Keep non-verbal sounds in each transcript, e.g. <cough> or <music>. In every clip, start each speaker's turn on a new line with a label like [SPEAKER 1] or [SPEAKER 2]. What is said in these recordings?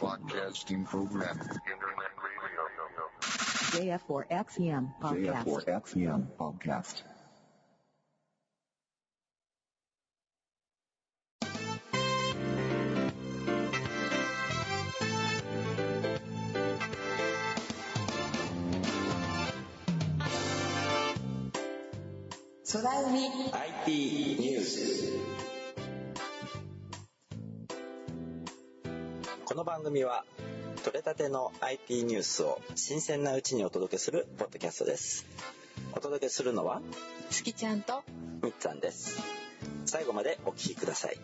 [SPEAKER 1] Podcasting program.
[SPEAKER 2] Internet radio.
[SPEAKER 3] JF4XEM E podcast.
[SPEAKER 1] JF4XEM podcast.
[SPEAKER 3] 空海
[SPEAKER 4] IT ニュースこの番組は取れたての IT ニュースを新鮮なうちにお届けするポッドキャストですお届けするのは
[SPEAKER 3] 月ちゃんと
[SPEAKER 4] みっちゃんです最後までお聞きください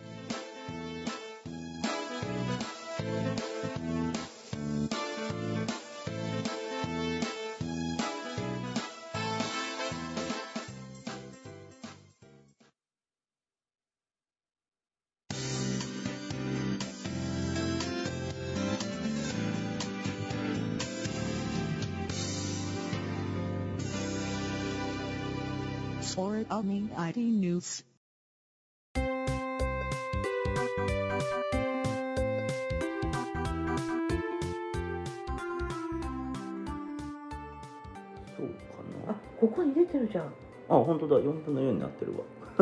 [SPEAKER 3] 空海 IT News。
[SPEAKER 4] そうか
[SPEAKER 5] あここに出てるじゃん
[SPEAKER 4] あ本当だ4分の4になってるわ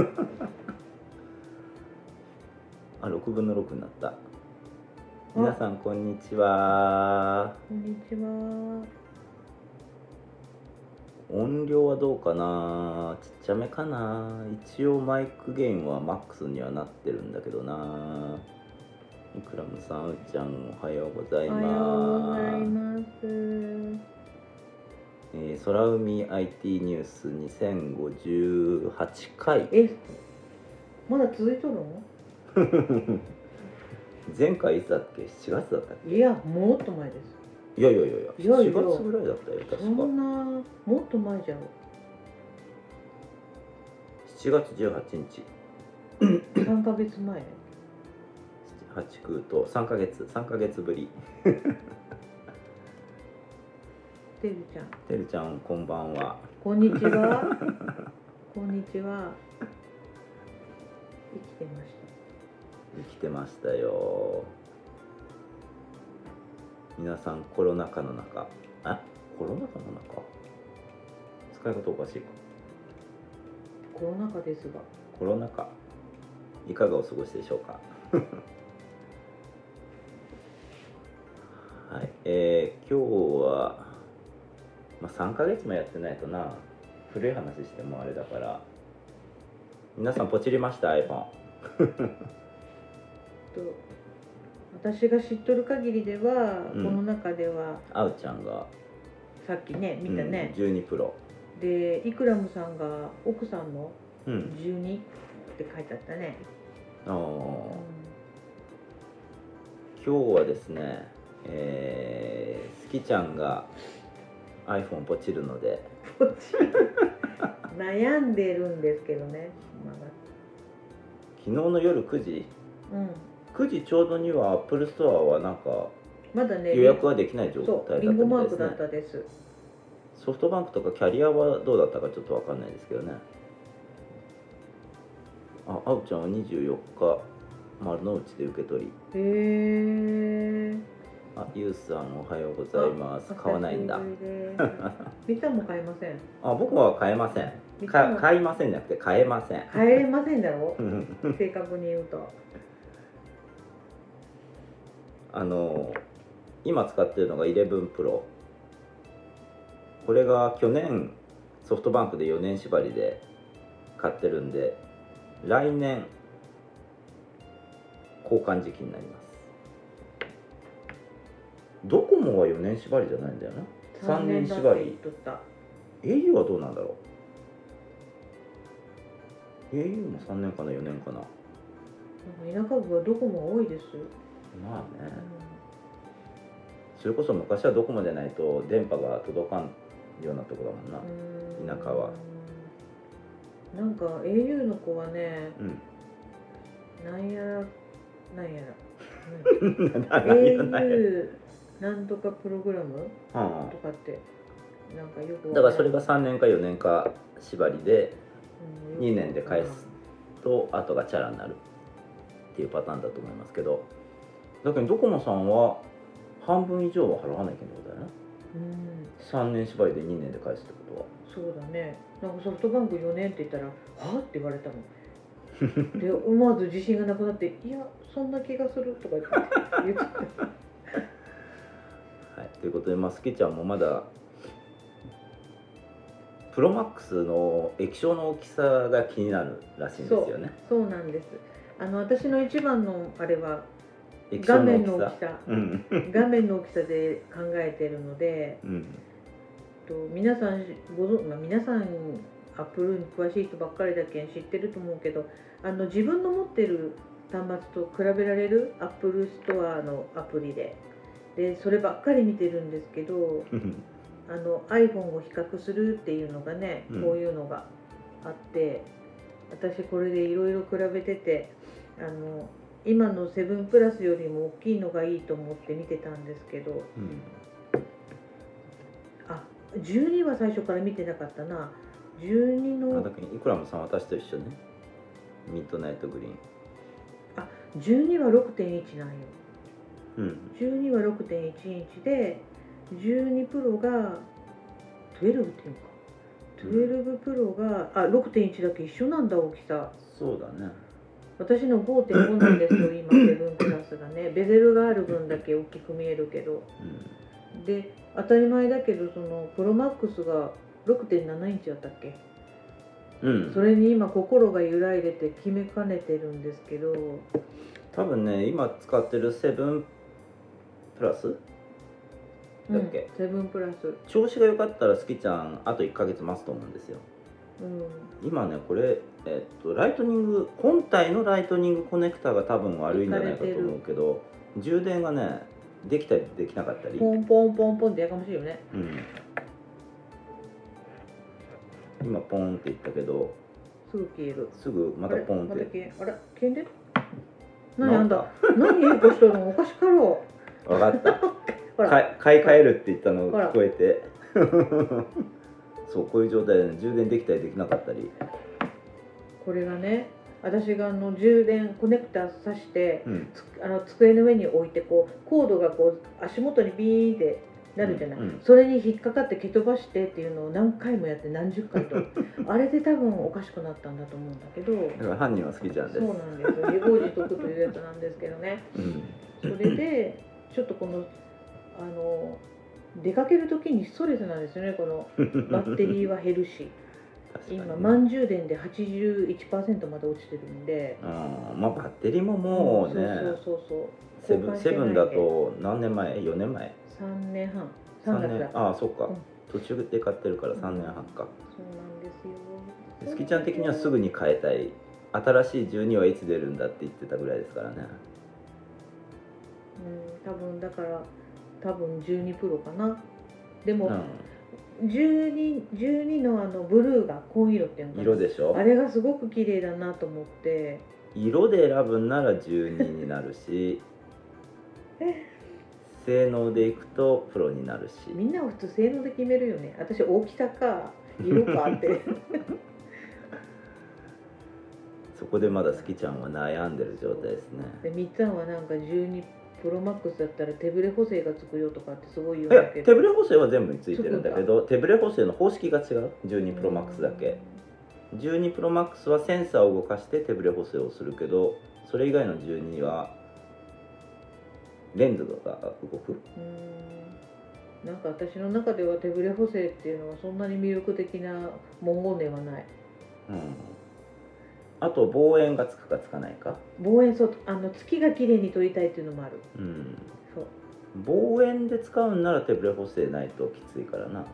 [SPEAKER 4] <laughs> あ6分の6になった皆さんこんにちは
[SPEAKER 5] こんにちは
[SPEAKER 4] 音量はどうかなちっちゃめかな一応マイクゲインはマックスにはなってるんだけどなイクラムさんうーちゃんおはようござい
[SPEAKER 5] おはようござい
[SPEAKER 4] ます
[SPEAKER 5] ます
[SPEAKER 4] えー空海 IT ニュース2058回
[SPEAKER 5] えまだ続いとるの
[SPEAKER 4] 前回いつだっけ7月だったっ
[SPEAKER 5] いやもっと前で
[SPEAKER 4] けいやいやいやいや
[SPEAKER 5] いやいや
[SPEAKER 4] 4月ぐらいだったよ確
[SPEAKER 5] す
[SPEAKER 4] か
[SPEAKER 5] そんなもっと前じゃん
[SPEAKER 4] 7月18日
[SPEAKER 5] 3ヶ月前
[SPEAKER 4] 89と3ヶ月3ヶ月ぶり
[SPEAKER 5] てるちゃん
[SPEAKER 4] てるちゃんこんばんは
[SPEAKER 5] こんにちは <laughs> こんにちは生きてまし
[SPEAKER 4] 生きてましたよ皆さんコロナ禍の中あコロナ禍の中使い方おかしいか
[SPEAKER 5] たコロナ禍ですが
[SPEAKER 4] コロナ禍いかがお過ごしでしょうか <laughs> はいえー、今日は、まあ、3ヶ月もやってないとな古い話してもあれだから皆さんポチりました iPhone
[SPEAKER 5] と私が知っとる限りでは、
[SPEAKER 4] うん
[SPEAKER 5] この中では
[SPEAKER 4] あうちゃんが
[SPEAKER 5] さっきね見たね
[SPEAKER 4] う、ん、12プロ
[SPEAKER 5] でイクラムさんが奥さんの
[SPEAKER 4] うん
[SPEAKER 5] 12って書いてあったね、
[SPEAKER 4] あー今日はですねえー、好きちゃんが iPhone ポチるので
[SPEAKER 5] こっち悩んでるんですけどねまだ
[SPEAKER 4] 昨日の夜9時
[SPEAKER 5] うん
[SPEAKER 4] 9時ちょうどには Apple Store はなんか
[SPEAKER 5] まだね
[SPEAKER 4] 予約はできない状
[SPEAKER 5] そう
[SPEAKER 4] 態
[SPEAKER 5] ビ
[SPEAKER 4] だっ
[SPEAKER 5] ン
[SPEAKER 4] た
[SPEAKER 5] ゴ
[SPEAKER 4] みた
[SPEAKER 5] マ
[SPEAKER 4] い
[SPEAKER 5] ー
[SPEAKER 4] で
[SPEAKER 5] ク
[SPEAKER 4] す
[SPEAKER 5] だ
[SPEAKER 4] ね
[SPEAKER 5] ったです
[SPEAKER 4] ソフトバンクとかキャリアはどうだったかちょっとわかんないですけどねああうちゃんは24日丸の内で受け取り
[SPEAKER 5] へえ
[SPEAKER 4] あゆうさんおはようございます買わないんだ
[SPEAKER 5] みたも買いません
[SPEAKER 4] あ僕は買えません
[SPEAKER 5] みた
[SPEAKER 4] か
[SPEAKER 5] も
[SPEAKER 4] 買いませんじゃなくて買えません
[SPEAKER 5] 買えません
[SPEAKER 4] <laughs>
[SPEAKER 5] だろ
[SPEAKER 4] うん
[SPEAKER 5] 正確に言うと
[SPEAKER 4] あの今使ってるのが 11Pro これが去年ソフトバンクで4年縛りで買ってるんで来年交換時期になりますドコモは4年縛りじゃないんだよな3年
[SPEAKER 5] だ
[SPEAKER 4] 縛
[SPEAKER 5] って言っ
[SPEAKER 4] り
[SPEAKER 5] とった
[SPEAKER 4] au はどうなんだろう au も3年かな4年かな
[SPEAKER 5] なんか田舎部はどこも多いです、
[SPEAKER 4] まあね
[SPEAKER 5] う
[SPEAKER 4] それこそ昔はドコモでないと電波が届かんようなとこだもんな、
[SPEAKER 5] ん
[SPEAKER 4] 田舎は
[SPEAKER 5] なんか au の子はね
[SPEAKER 4] うん
[SPEAKER 5] なんやら
[SPEAKER 4] <laughs>
[SPEAKER 5] なんやら
[SPEAKER 4] 何がない
[SPEAKER 5] au なんとかプログラム
[SPEAKER 4] うん
[SPEAKER 5] とかってなんかよく
[SPEAKER 4] だ
[SPEAKER 5] わんな
[SPEAKER 4] か
[SPEAKER 5] い
[SPEAKER 4] らそれが3年か4年か縛りで
[SPEAKER 5] うん
[SPEAKER 4] 2年で返すと後がチャラになるっていうパターンだと思いますけどだけどドコモさんは半分以上は払わなきゃいけないってことだよね
[SPEAKER 5] うん
[SPEAKER 4] 3年縛りで2年で返すってことは
[SPEAKER 5] そうだねなんかソフトバンク4年って言ったら「はって言われたも
[SPEAKER 4] <laughs>
[SPEAKER 5] んで思わず自信がなくなって「いやそんな気がする」とか言って言っちゃった
[SPEAKER 4] はい、ということで、まあ、スケちゃんもまだプロマックスの液晶の大きさが気になるらしいんですよね
[SPEAKER 5] そうなんですあの私の一番のあれは
[SPEAKER 4] 液
[SPEAKER 5] 画
[SPEAKER 4] 晶
[SPEAKER 5] 面の大き
[SPEAKER 4] さ
[SPEAKER 5] さ
[SPEAKER 4] うん
[SPEAKER 5] 画面の大きさで考えてるので
[SPEAKER 4] うん
[SPEAKER 5] と皆さんご存、まあ、皆さんアップルに詳しい人ばっかりだけん知ってると思うけどあの自分の持ってる端末と比べられるアップルストアのアプリででそればっかり見てるんですけど
[SPEAKER 4] うん
[SPEAKER 5] あの iPhone を比較するっていうのがね、
[SPEAKER 4] うん
[SPEAKER 5] こういうのがあって私これでいろいろ比べててあの今の7プラスよりも大きいのがいいと思って見てたんですけど
[SPEAKER 4] うん
[SPEAKER 5] あ12は最初から見てなかったな
[SPEAKER 4] あ
[SPEAKER 5] 12の
[SPEAKER 4] だけどいくらもさん私と一緒ねミッドナイトグリーン
[SPEAKER 5] 12は6.1なんよ
[SPEAKER 4] うん
[SPEAKER 5] 12は6.1インチで12プロが12っていうか12プロがあ6.1だけ一緒なんだ大きさ
[SPEAKER 4] そうだね
[SPEAKER 5] 私の5.5なんです
[SPEAKER 4] <coughs>
[SPEAKER 5] よ今セブンクラスがねベゼルがある分だけ大きく見えるけどで当たり前だけどそのプロマックスが6.7インチだったっけ
[SPEAKER 4] うん、うん
[SPEAKER 5] そ、れに今心が揺らいでて決めかねてるんですけど
[SPEAKER 4] 多分ね今使ってるセブンプラスだっけ
[SPEAKER 5] うんセブンプラス
[SPEAKER 4] 調子が良かったらスキちゃんあと1ヶ月待つと思うんですよ
[SPEAKER 5] うん
[SPEAKER 4] 今ねこれ、えっと、ライトニング本体のライトニングコネクタが多分悪いんじゃないかと思うけど充電がねできたりできなかったり、
[SPEAKER 5] ポンポンポンポンってやかましいよね
[SPEAKER 4] うん今ポンっていったけど
[SPEAKER 5] すぐ消える
[SPEAKER 4] すぐまたポン
[SPEAKER 5] あ
[SPEAKER 4] っ
[SPEAKER 5] れ
[SPEAKER 4] て
[SPEAKER 5] また消えあれ消えんで何あんだ何いい子しとるのおかしかろ
[SPEAKER 4] 分かった
[SPEAKER 5] う <laughs> ほら
[SPEAKER 4] かい買い替えるって言ったの
[SPEAKER 5] ほら
[SPEAKER 4] 聞こえて <laughs> そうこういう状態でね充電できたりできなかったり、
[SPEAKER 5] これがね私があの充電コネクタ挿して
[SPEAKER 4] うん、
[SPEAKER 5] つあの机の上に置いてこうコードがこう足元にビーンってなるじゃない、
[SPEAKER 4] うんうん
[SPEAKER 5] それに引っかかって蹴飛ばしてっていうのを何回もやって何十回
[SPEAKER 4] <laughs>
[SPEAKER 5] とあれで多分おかしくなったんだと思うんだけど
[SPEAKER 4] だから犯人は好きちゃんです
[SPEAKER 5] そうなんですよ自業自得というやつなんですけどね
[SPEAKER 4] うん
[SPEAKER 5] それでちょっとこのあの出かける時にストレスなんですよねこのバッテリーは減るし
[SPEAKER 4] <laughs> 確かにね
[SPEAKER 5] 今満充電で81%まで落ちてるんで
[SPEAKER 4] うんまあバッテリーももうね、
[SPEAKER 5] そうそうそうそ
[SPEAKER 4] セ
[SPEAKER 5] う
[SPEAKER 4] ブン
[SPEAKER 5] 交換して
[SPEAKER 4] セ
[SPEAKER 5] ない
[SPEAKER 4] ブンだと何年前4年前
[SPEAKER 5] 3年半3
[SPEAKER 4] 3
[SPEAKER 5] 月だ
[SPEAKER 4] 年ああそっか、
[SPEAKER 5] うん
[SPEAKER 4] 途中で買ってるから3年半か
[SPEAKER 5] そうなんですよ
[SPEAKER 4] でスキちゃん的にはすぐに変えたい新しい12はいつ出るんだって言ってたぐらいですからね
[SPEAKER 5] うん多分だから多分12プロかなで
[SPEAKER 4] う
[SPEAKER 5] も、
[SPEAKER 4] ん
[SPEAKER 5] 12, 12のあのブルーが紺色っていうのかな
[SPEAKER 4] 色でしょ
[SPEAKER 5] あれがすごく綺麗だなと思って
[SPEAKER 4] 色で選ぶんなら12になる
[SPEAKER 5] <laughs>
[SPEAKER 4] し性能でいくとプロになるし
[SPEAKER 5] みんなは普通性能で決めるよね私大きさか色かって
[SPEAKER 4] <laughs> そこでまだスキちゃんは悩んでる状態ですね
[SPEAKER 5] でみっつんはなんか12プロマックスだったら手ぶれ補正がつくよとかってすごい言うん
[SPEAKER 4] いや
[SPEAKER 5] だけど
[SPEAKER 4] 手ブレ補正は全部についてるんだけど手ブレ補正の方式が違う12プロマックスだけ12プロマックスはセンサーを動かして手ブレ補正をするけどそれ以外の12はレンズが動く
[SPEAKER 5] うーんなんか私の中では手ぶれ補正っていうのはそんなに魅力的な文言ではない
[SPEAKER 4] うんあと望遠がつくかつかないか
[SPEAKER 5] 望遠そうあの月が綺麗に撮りたいっていうのもある
[SPEAKER 4] うん
[SPEAKER 5] そう
[SPEAKER 4] 望遠で使うんなら手ブレ補正ないときついからな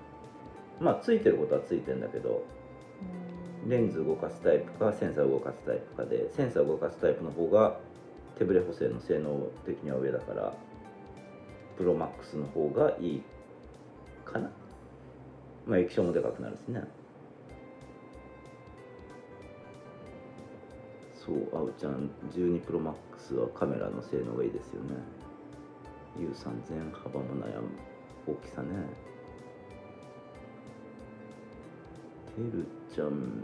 [SPEAKER 4] まあついてることはついてんだけどレンズ動かすタイプかセンサー動かすタイプかでセンサー動かすタイプの方が手ブレ補正の性能的には上だからプロマックスの方がいいかなまあ液晶もでかくなるしねそうあうちゃん12プロマックスはカメラの性能がいいですよね U3000 幅も悩む大きさねてるちゃん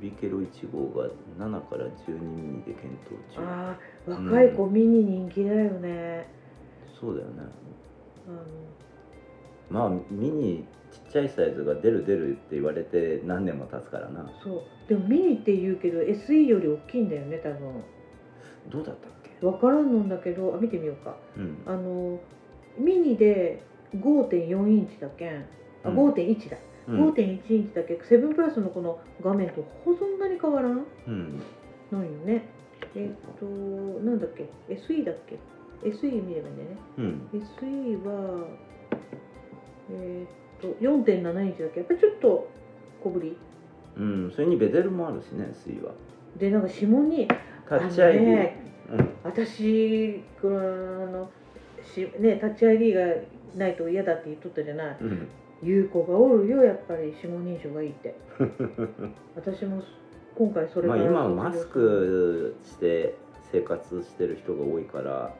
[SPEAKER 4] ビケロ1号が7から12ミリで検討中
[SPEAKER 5] ああ若い子ミニ人気だよね、
[SPEAKER 4] そうだよね
[SPEAKER 5] あの
[SPEAKER 4] まあミニちっちゃいサイズが出る出るって言われて何年も経つからな
[SPEAKER 5] そうでもミニって言うけど SE より大きいんだよね多分
[SPEAKER 4] どうだったっけ
[SPEAKER 5] 分からんのんだけどあ見てみようか
[SPEAKER 4] うん
[SPEAKER 5] あのミニで5.4インチだけんあ
[SPEAKER 4] うん
[SPEAKER 5] 5.1だ、
[SPEAKER 4] うん
[SPEAKER 5] 5.1インチだけセブンプラスのこの画面とほそんなに変わらん
[SPEAKER 4] うん
[SPEAKER 5] ないよねえっとなんだっけ SE だっけ SE 見ればいいんだよね
[SPEAKER 4] うん、
[SPEAKER 5] SE はえーっと4.7インチだっけやっぱりちょっと小ぶり
[SPEAKER 4] うん、それにベテルもあるしね SE は
[SPEAKER 5] でなんか指紋に
[SPEAKER 4] タッチ ID、
[SPEAKER 5] あのね
[SPEAKER 4] うん
[SPEAKER 5] 私このあのしねタッチ ID がないと嫌だって言っとったじゃない
[SPEAKER 4] うん
[SPEAKER 5] 言う子がおるよやっぱり指紋認証がいいって
[SPEAKER 4] <laughs>
[SPEAKER 5] 私も今回それ
[SPEAKER 4] ま
[SPEAKER 5] か
[SPEAKER 4] あ、
[SPEAKER 5] ら
[SPEAKER 4] 今はマスクして生活してる人が多いから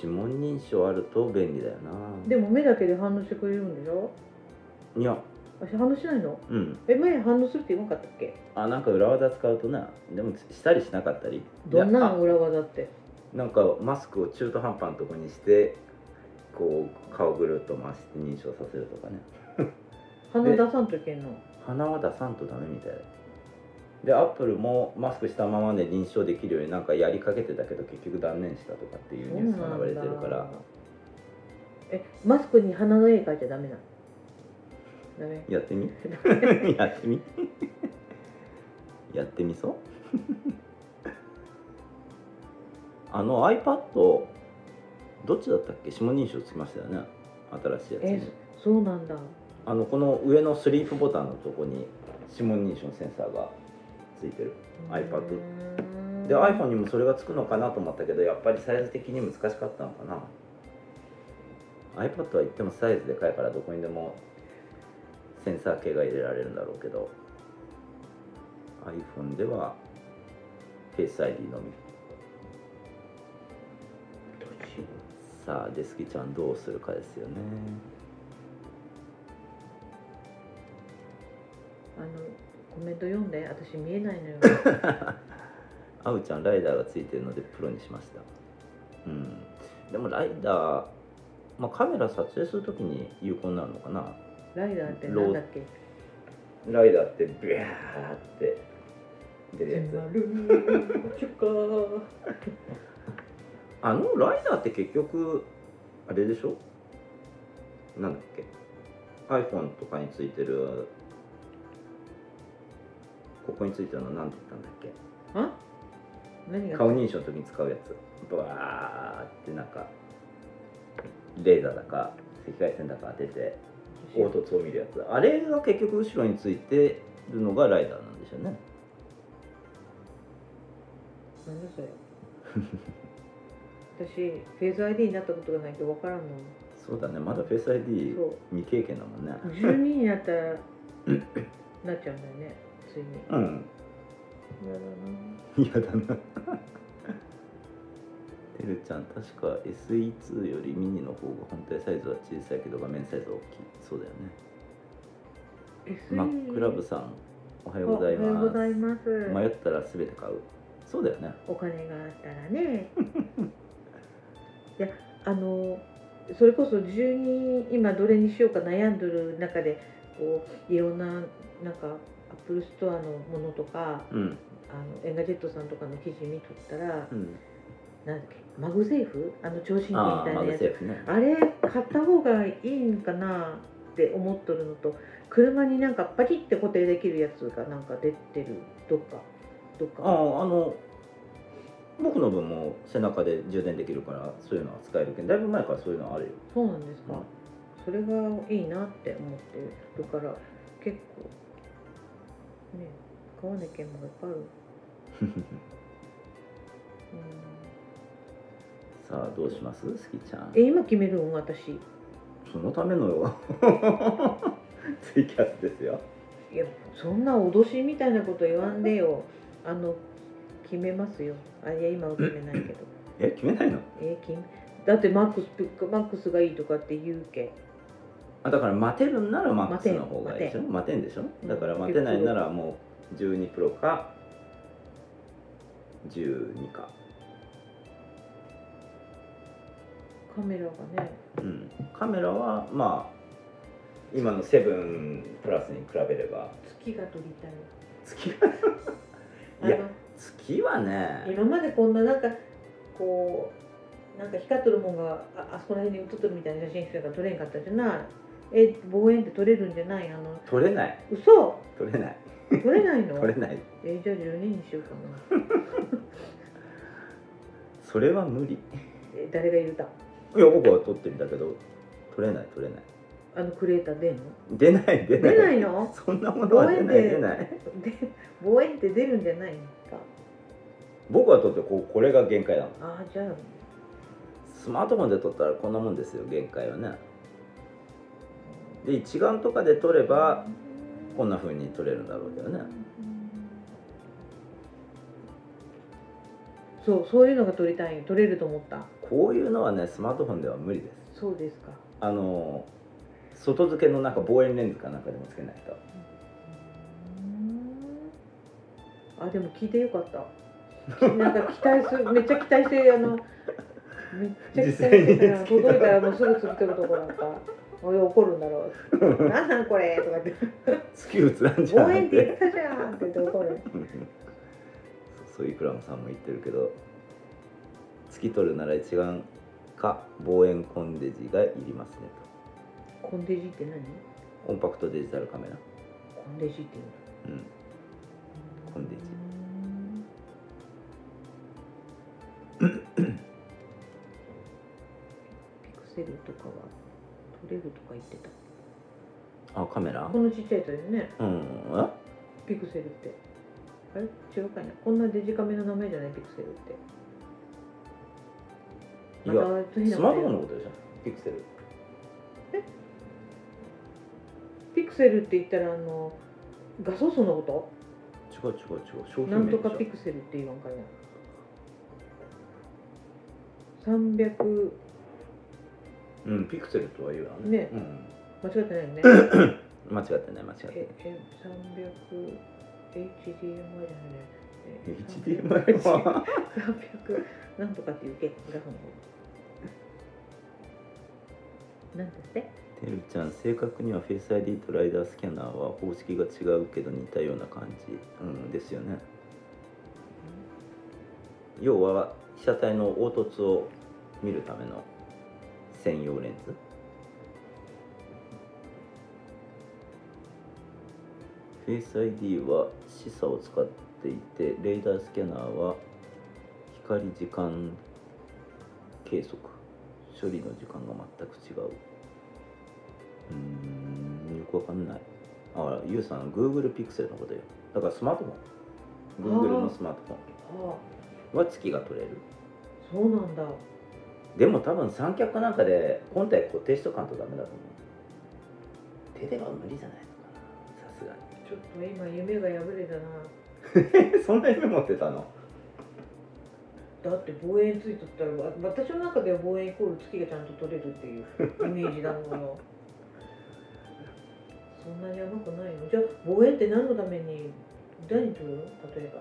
[SPEAKER 4] 指紋認証あると便利だよな
[SPEAKER 5] でも目だけで反応してくれるんでしょ
[SPEAKER 4] いや
[SPEAKER 5] 私反応しないの
[SPEAKER 4] うん
[SPEAKER 5] え前反応するって言わなかったっけ
[SPEAKER 4] あなんか裏技使うとなでもしたりしなかったり
[SPEAKER 5] どんな
[SPEAKER 4] で
[SPEAKER 5] の裏技って
[SPEAKER 4] あなんかマスクを中途半端なとこにしてこう顔ぐるっと回して認証させるとかね
[SPEAKER 5] 鼻出さんといけんの
[SPEAKER 4] 鼻は出さんとダメみたいでアップルもマスクしたままで認証できるようになんかやりかけてたけど結局断念したとかっていうニュースが流れてるから
[SPEAKER 5] えマスクに鼻の絵描いちゃダメなのダメ
[SPEAKER 4] やってみ <laughs> やってみやってみそうあの iPad どっちだったっけ指紋認証つきましたよね新しいやつ
[SPEAKER 5] え
[SPEAKER 4] に
[SPEAKER 5] そうなんだ
[SPEAKER 4] あのこの上のスリープボタンのとこに指紋認証のセンサーがついてる iPad で iPhone にもそれがつくのかなと思ったけどやっぱりサイズ的に難しかったのかな iPad は言ってもサイズでかいからどこにでもセンサー系が入れられるんだろうけど iPhone では Face ID のみさあデスキちゃんどうするかですよね
[SPEAKER 5] あのコメント読んで私見えない
[SPEAKER 4] <laughs>
[SPEAKER 5] のよ
[SPEAKER 4] あうちゃんライダーがついてるのでプロにしましたうんでもライダー、まあ、カメラ撮影するときに有効になるのかな
[SPEAKER 5] ライダーってなんだっけ
[SPEAKER 4] ライダーってビャーって出るや
[SPEAKER 5] 始ま
[SPEAKER 4] つ
[SPEAKER 5] るチュカー
[SPEAKER 4] あのライダーって結局あれでしょなんだっけ iPhone とかについてるここについてるの何て言ったんだっけ
[SPEAKER 5] あ何が
[SPEAKER 4] 顔認証の時に使うやつバーってなんかレーザーだか赤外線だか当てて凹凸を見るやつあれが結局後ろについてるのがライダーなんでしょうね
[SPEAKER 5] なんだそれ私フェーズ ID になったことがないけど分からんの
[SPEAKER 4] そうだねまだフェイス ID
[SPEAKER 5] そう
[SPEAKER 4] 未経験だもんね
[SPEAKER 5] 12になったらなっちゃうんだよねついに
[SPEAKER 4] うん
[SPEAKER 5] やだな
[SPEAKER 4] 嫌だな <laughs> てるちゃん確か SE2 よりミニの方が本体サイズは小さいけど画面サイズは大きいそうだよね
[SPEAKER 5] SE
[SPEAKER 4] マックラブさんおはようござい
[SPEAKER 5] おはようござい
[SPEAKER 4] ま
[SPEAKER 5] ます
[SPEAKER 4] す迷ったら全て買うそうだよね
[SPEAKER 5] お金があったらね <laughs> いやあのそれこそ12今どれにしようか悩んでる中でこういろんななんかアップルストアのものとか
[SPEAKER 4] うん
[SPEAKER 5] あのエンガジェットさんとかの記事見とったら
[SPEAKER 4] うん
[SPEAKER 5] なんだっけマグセーフあの聴診器み
[SPEAKER 4] ああ
[SPEAKER 5] たい
[SPEAKER 4] マ
[SPEAKER 5] な
[SPEAKER 4] グ
[SPEAKER 5] や
[SPEAKER 4] セ
[SPEAKER 5] つ
[SPEAKER 4] ーフね
[SPEAKER 5] あれ買った方がいいんかなって思っとるのと車になんかパキッて固定できるやつがなんか出てるどっかどっ
[SPEAKER 4] あ
[SPEAKER 5] か
[SPEAKER 4] ああの僕の分も背中で充電できるからそういうのは使えるけどだいぶ前からそういうのはあるよ
[SPEAKER 5] そうなんですか、
[SPEAKER 4] うん
[SPEAKER 5] それがいいなって思ってるから結構ね買わなきゃもいっぱい <laughs> あるうん
[SPEAKER 4] さあどうします好きちゃん
[SPEAKER 5] え今決めるの私
[SPEAKER 4] そのためのよ <laughs> ツイキャスですよ
[SPEAKER 5] いやそんな脅しみたいなこと言わんでよあの決めますよあいや今は決めない <laughs> けど
[SPEAKER 4] え決めないの
[SPEAKER 5] え決めだってマックスマックスがいいとかって言うけ
[SPEAKER 4] あだから待てるんならマックスの方がいいでしょ待てんでしょだから待てないならもう12プロか12か
[SPEAKER 5] カメラがね
[SPEAKER 4] うんカメラはまあ今の7プラスに比べれば
[SPEAKER 5] 月が撮りたい
[SPEAKER 4] 月はいや
[SPEAKER 5] あの
[SPEAKER 4] 月はね
[SPEAKER 5] 今までこんななんかこうなんか光っとるもんがああそこら辺に写っとるみたいな写真しか撮れんかったじゃないえ望遠って撮れるんじゃないあの
[SPEAKER 4] 撮れない
[SPEAKER 5] 嘘
[SPEAKER 4] 撮れない
[SPEAKER 5] 撮れない
[SPEAKER 4] <laughs>
[SPEAKER 5] の
[SPEAKER 4] 撮れない
[SPEAKER 5] えじゃあ12にしようかな
[SPEAKER 4] それは無理
[SPEAKER 5] え誰がいるた
[SPEAKER 4] いや僕は撮ってみたけど撮れない撮れない
[SPEAKER 5] あのクレーター出んの
[SPEAKER 4] 出ない出ない
[SPEAKER 5] 出ないの
[SPEAKER 4] そんなものは出ない
[SPEAKER 5] 望遠で
[SPEAKER 4] 出ない
[SPEAKER 5] で望遠って出るんじゃないのか
[SPEAKER 4] 僕は撮ってこうこれが限界なの
[SPEAKER 5] あじゃあ
[SPEAKER 4] スマートフォンで撮ったらこんなもんですよ限界はねで一眼とかで撮ればこんな風に撮れるんだろうけどね
[SPEAKER 5] そうそういうのが撮りたい撮れると思った
[SPEAKER 4] こういうのはねスマートフォンでは無理です
[SPEAKER 5] そうですか
[SPEAKER 4] あの外付けのなんか望遠レンズかなんかでもつけないと
[SPEAKER 5] あでも聞いてよかったなんか期待するめっちゃ期待してあのめっちゃ期待してたら
[SPEAKER 4] 実際に
[SPEAKER 5] 届いたらもうすぐ釣ってるとこだった俺怒るんだろ
[SPEAKER 4] <laughs>
[SPEAKER 5] うなんなんこれとかって
[SPEAKER 4] 月映らんじゃ
[SPEAKER 5] 望
[SPEAKER 4] ん
[SPEAKER 5] 遠
[SPEAKER 4] っ
[SPEAKER 5] って言
[SPEAKER 4] て
[SPEAKER 5] ったじゃんって言って怒る
[SPEAKER 4] <laughs> そういうクラムさんも言ってるけど月撮るなら一眼か望遠コンデジがいりますね
[SPEAKER 5] コンデジって何
[SPEAKER 4] とコンパクトデジタルカメラ
[SPEAKER 5] コンデジって言うの
[SPEAKER 4] うんコンデジ
[SPEAKER 5] ピクセルとかは取れるとか言ってた
[SPEAKER 4] あカメラ
[SPEAKER 5] このちっちゃいとよね
[SPEAKER 4] うんえ
[SPEAKER 5] ピクセルってあれ違うかいなこんなデジカメの名前じゃないピクセルっ
[SPEAKER 4] い
[SPEAKER 5] てま
[SPEAKER 4] や
[SPEAKER 5] た変
[SPEAKER 4] ス
[SPEAKER 5] なこ
[SPEAKER 4] マートフォ
[SPEAKER 5] と言
[SPEAKER 4] ン
[SPEAKER 5] う
[SPEAKER 4] のことでしょピクセル
[SPEAKER 5] ピクセルって言ったらあの画素数のこ
[SPEAKER 4] 違う違う違う商
[SPEAKER 5] と
[SPEAKER 4] 品
[SPEAKER 5] なん
[SPEAKER 4] 名で
[SPEAKER 5] と
[SPEAKER 4] しょ
[SPEAKER 5] かピクセルって言わんかいな300
[SPEAKER 4] うんピクセルとは言うわ
[SPEAKER 5] ね
[SPEAKER 4] うん、
[SPEAKER 5] 間違ってない
[SPEAKER 4] <laughs>
[SPEAKER 5] よね
[SPEAKER 4] 間違ってない間違ってない <laughs>
[SPEAKER 5] ええ 300HDMI じゃないねえ
[SPEAKER 4] HDMI は
[SPEAKER 5] 300なんとかっていうけグラフの方なんだって
[SPEAKER 4] てるちゃん正確にはフェイス ID とライダースキャナーは方式が違うけど似たような感じ、うん、ですよね要は被写体の凹凸を見るための専用レンズフェイス ID は示唆を使っていてレーダースキャナーは光時間計測処理の時間が全く違ううーんよくわかんないあゆうさん Google ピクセルのことよだからスマートフォン Google のスマートフォン
[SPEAKER 5] ああ
[SPEAKER 4] は月が取れる
[SPEAKER 5] そうなんだ
[SPEAKER 4] でも多分三脚かなんかで本体固定しとかんとダメだと思う手では無理じゃないのかなさすが
[SPEAKER 5] ちょっと今夢が破れたな
[SPEAKER 4] に <laughs> そんな夢持ってたの
[SPEAKER 5] だって望遠ついとったらわ私の中では望遠イコール月がちゃんと取れるっていうイメージなのよそんなに甘くないのじゃあ望遠って何のために何取るの例え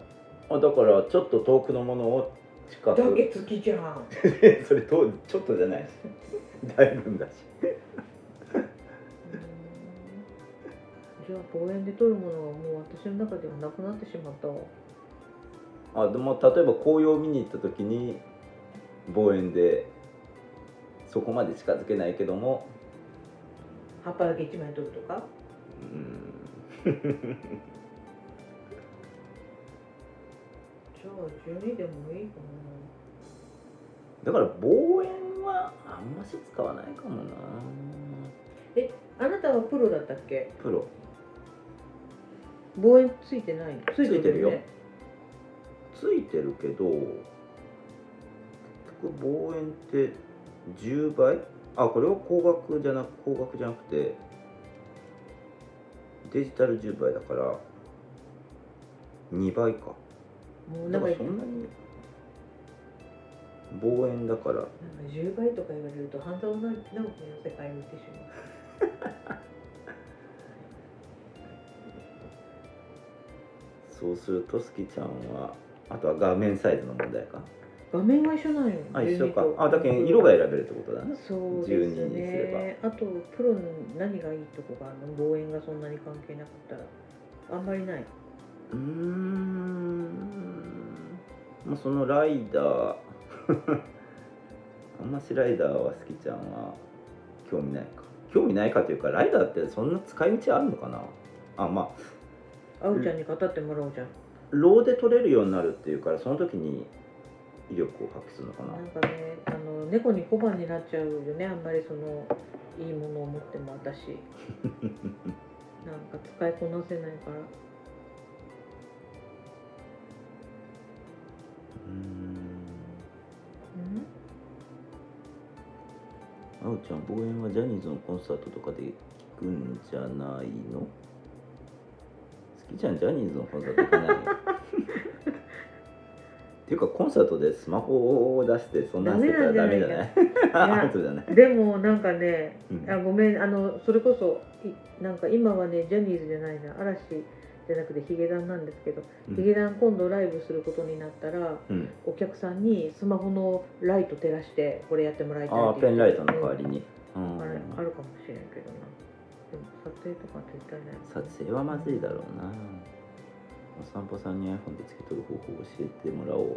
[SPEAKER 5] ば
[SPEAKER 4] あだからちょっと遠くのものを近
[SPEAKER 5] だ
[SPEAKER 4] く
[SPEAKER 5] け月じゃん
[SPEAKER 4] <laughs> それとちょっとじゃ <laughs> ないしだいぶんだし
[SPEAKER 5] じゃあ望遠で撮るものはもう私の中ではなくなってしまったわ
[SPEAKER 4] あでも例えば紅葉を見に行った時に望遠でそこまで近づけないけども
[SPEAKER 5] 葉っぱだけ一枚撮るとか
[SPEAKER 4] うーん
[SPEAKER 5] じゃあ12でもいいか
[SPEAKER 4] だから望遠はあんまし使わないかもな
[SPEAKER 5] なあなたはプロだったっけ
[SPEAKER 4] プロ
[SPEAKER 5] 望遠ついてないのつ
[SPEAKER 4] いてるよ
[SPEAKER 5] ね
[SPEAKER 4] ついてるけど結局望遠って10倍あこれは光学じゃなく光学じゃなくてデジタル10倍だから2倍か
[SPEAKER 5] もうな
[SPEAKER 4] だ
[SPEAKER 5] ん
[SPEAKER 4] か
[SPEAKER 5] か
[SPEAKER 4] そ
[SPEAKER 5] ら
[SPEAKER 4] んなに望遠だから
[SPEAKER 5] なんか10倍とか言われると半沢直樹の世界に行ってしまう
[SPEAKER 4] そうするとスキちゃんはあとは画面サイズの問題か
[SPEAKER 5] 画面は一緒なのよ
[SPEAKER 4] あ
[SPEAKER 5] 12
[SPEAKER 4] 一緒か
[SPEAKER 5] と
[SPEAKER 4] あだけど色が選べるってことだね
[SPEAKER 5] そうです
[SPEAKER 4] 12にすれ
[SPEAKER 5] ねあとプロの何がいいとこがあるの望遠がそんなに関係なかったらあんまりないう
[SPEAKER 4] ーんもうそのライダー <laughs> あんましライダーは好きちゃんは興味ないか興味ないかというかライダーってそんな使い道あるのかなあまあ
[SPEAKER 5] あうちゃんに語ってもらおうじゃん
[SPEAKER 4] ローで取れるようになるっていうからその時に威力を発揮するのかな
[SPEAKER 5] なんかねあの猫に小判になっちゃうよねあんまりそのいいものを持っても
[SPEAKER 4] <laughs>
[SPEAKER 5] 私なんか使いこなせないから
[SPEAKER 4] うーんあおちゃん望遠はジャニーズのコンサートとかで行くんじゃないの好きちゃんジャニーズのコンサート行か <laughs> ないよっていうかコンサートでスマホを出してそんなんしてたらダメじゃない
[SPEAKER 5] ゃないか
[SPEAKER 4] <laughs> アウトじゃない、
[SPEAKER 5] でもなんかね
[SPEAKER 4] うん
[SPEAKER 5] あごめんあのそれこそいなんか今はねジャニーズじゃないな嵐じゃなくてヒゲダンなんですけど、
[SPEAKER 4] うん
[SPEAKER 5] ヒゲダン今度ライブすることになったら
[SPEAKER 4] うん、
[SPEAKER 5] お客さんにスマホのライト照らしてこれやってもらいたい
[SPEAKER 4] ああ
[SPEAKER 5] って
[SPEAKER 4] ペン
[SPEAKER 5] 言って
[SPEAKER 4] ライトの代わりに、うん
[SPEAKER 5] あれあるかもしれんけどなでも撮影とか絶対ない
[SPEAKER 4] 撮影はまずいだろうなお散歩さんに iPhone でつけとる方法を教えてもらおう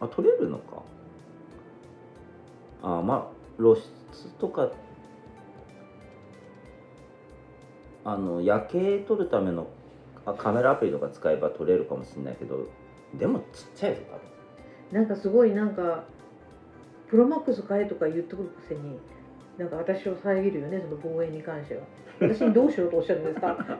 [SPEAKER 4] あ撮れるのかあまあ露出とかあの夜景撮るためのあカメラアプリとか使えば撮れるかもしれないけどでもちっちゃいぞ多分
[SPEAKER 5] なんかすごいなんかプロマックス買えとか言っとくくせになんか私を遮るよねその防衛に関しては私にどうしようとおっしゃるんですか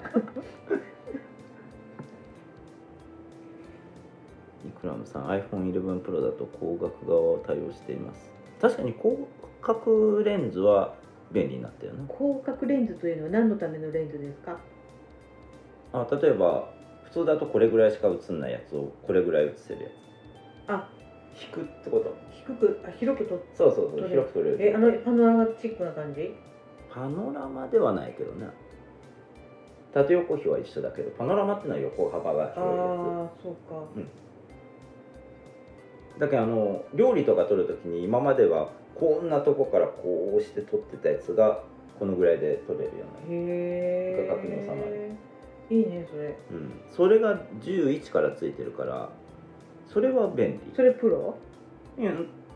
[SPEAKER 4] イクラムさん iPhone11 Pro だと光学側を対応しています確かに広角レンズは便利になったよね
[SPEAKER 5] 広角レンズというのは何のためのレンズですか
[SPEAKER 4] あ例えば普通だとこれぐらいしか映んないやつをこれぐらい映せるや
[SPEAKER 5] あ
[SPEAKER 4] つ引くってこと
[SPEAKER 5] 低くあ広くと
[SPEAKER 4] そうそうそう
[SPEAKER 5] どれ
[SPEAKER 4] 広く撮れる
[SPEAKER 5] えあのパノラマチックな感じ
[SPEAKER 4] パノラマではないけどね縦横比は一緒だけどパノラマってのは横幅が
[SPEAKER 5] ああ
[SPEAKER 4] 広いや
[SPEAKER 5] そうか
[SPEAKER 4] つだけどあの料理とか撮るときに今まではこんなとこからこうして撮ってたやつがこのぐらいで撮れるようになる、
[SPEAKER 5] へえ
[SPEAKER 4] 画角に収まる
[SPEAKER 5] いいねそれ
[SPEAKER 4] うん、それが11からついてるからそれは便利
[SPEAKER 5] それプロ
[SPEAKER 4] いや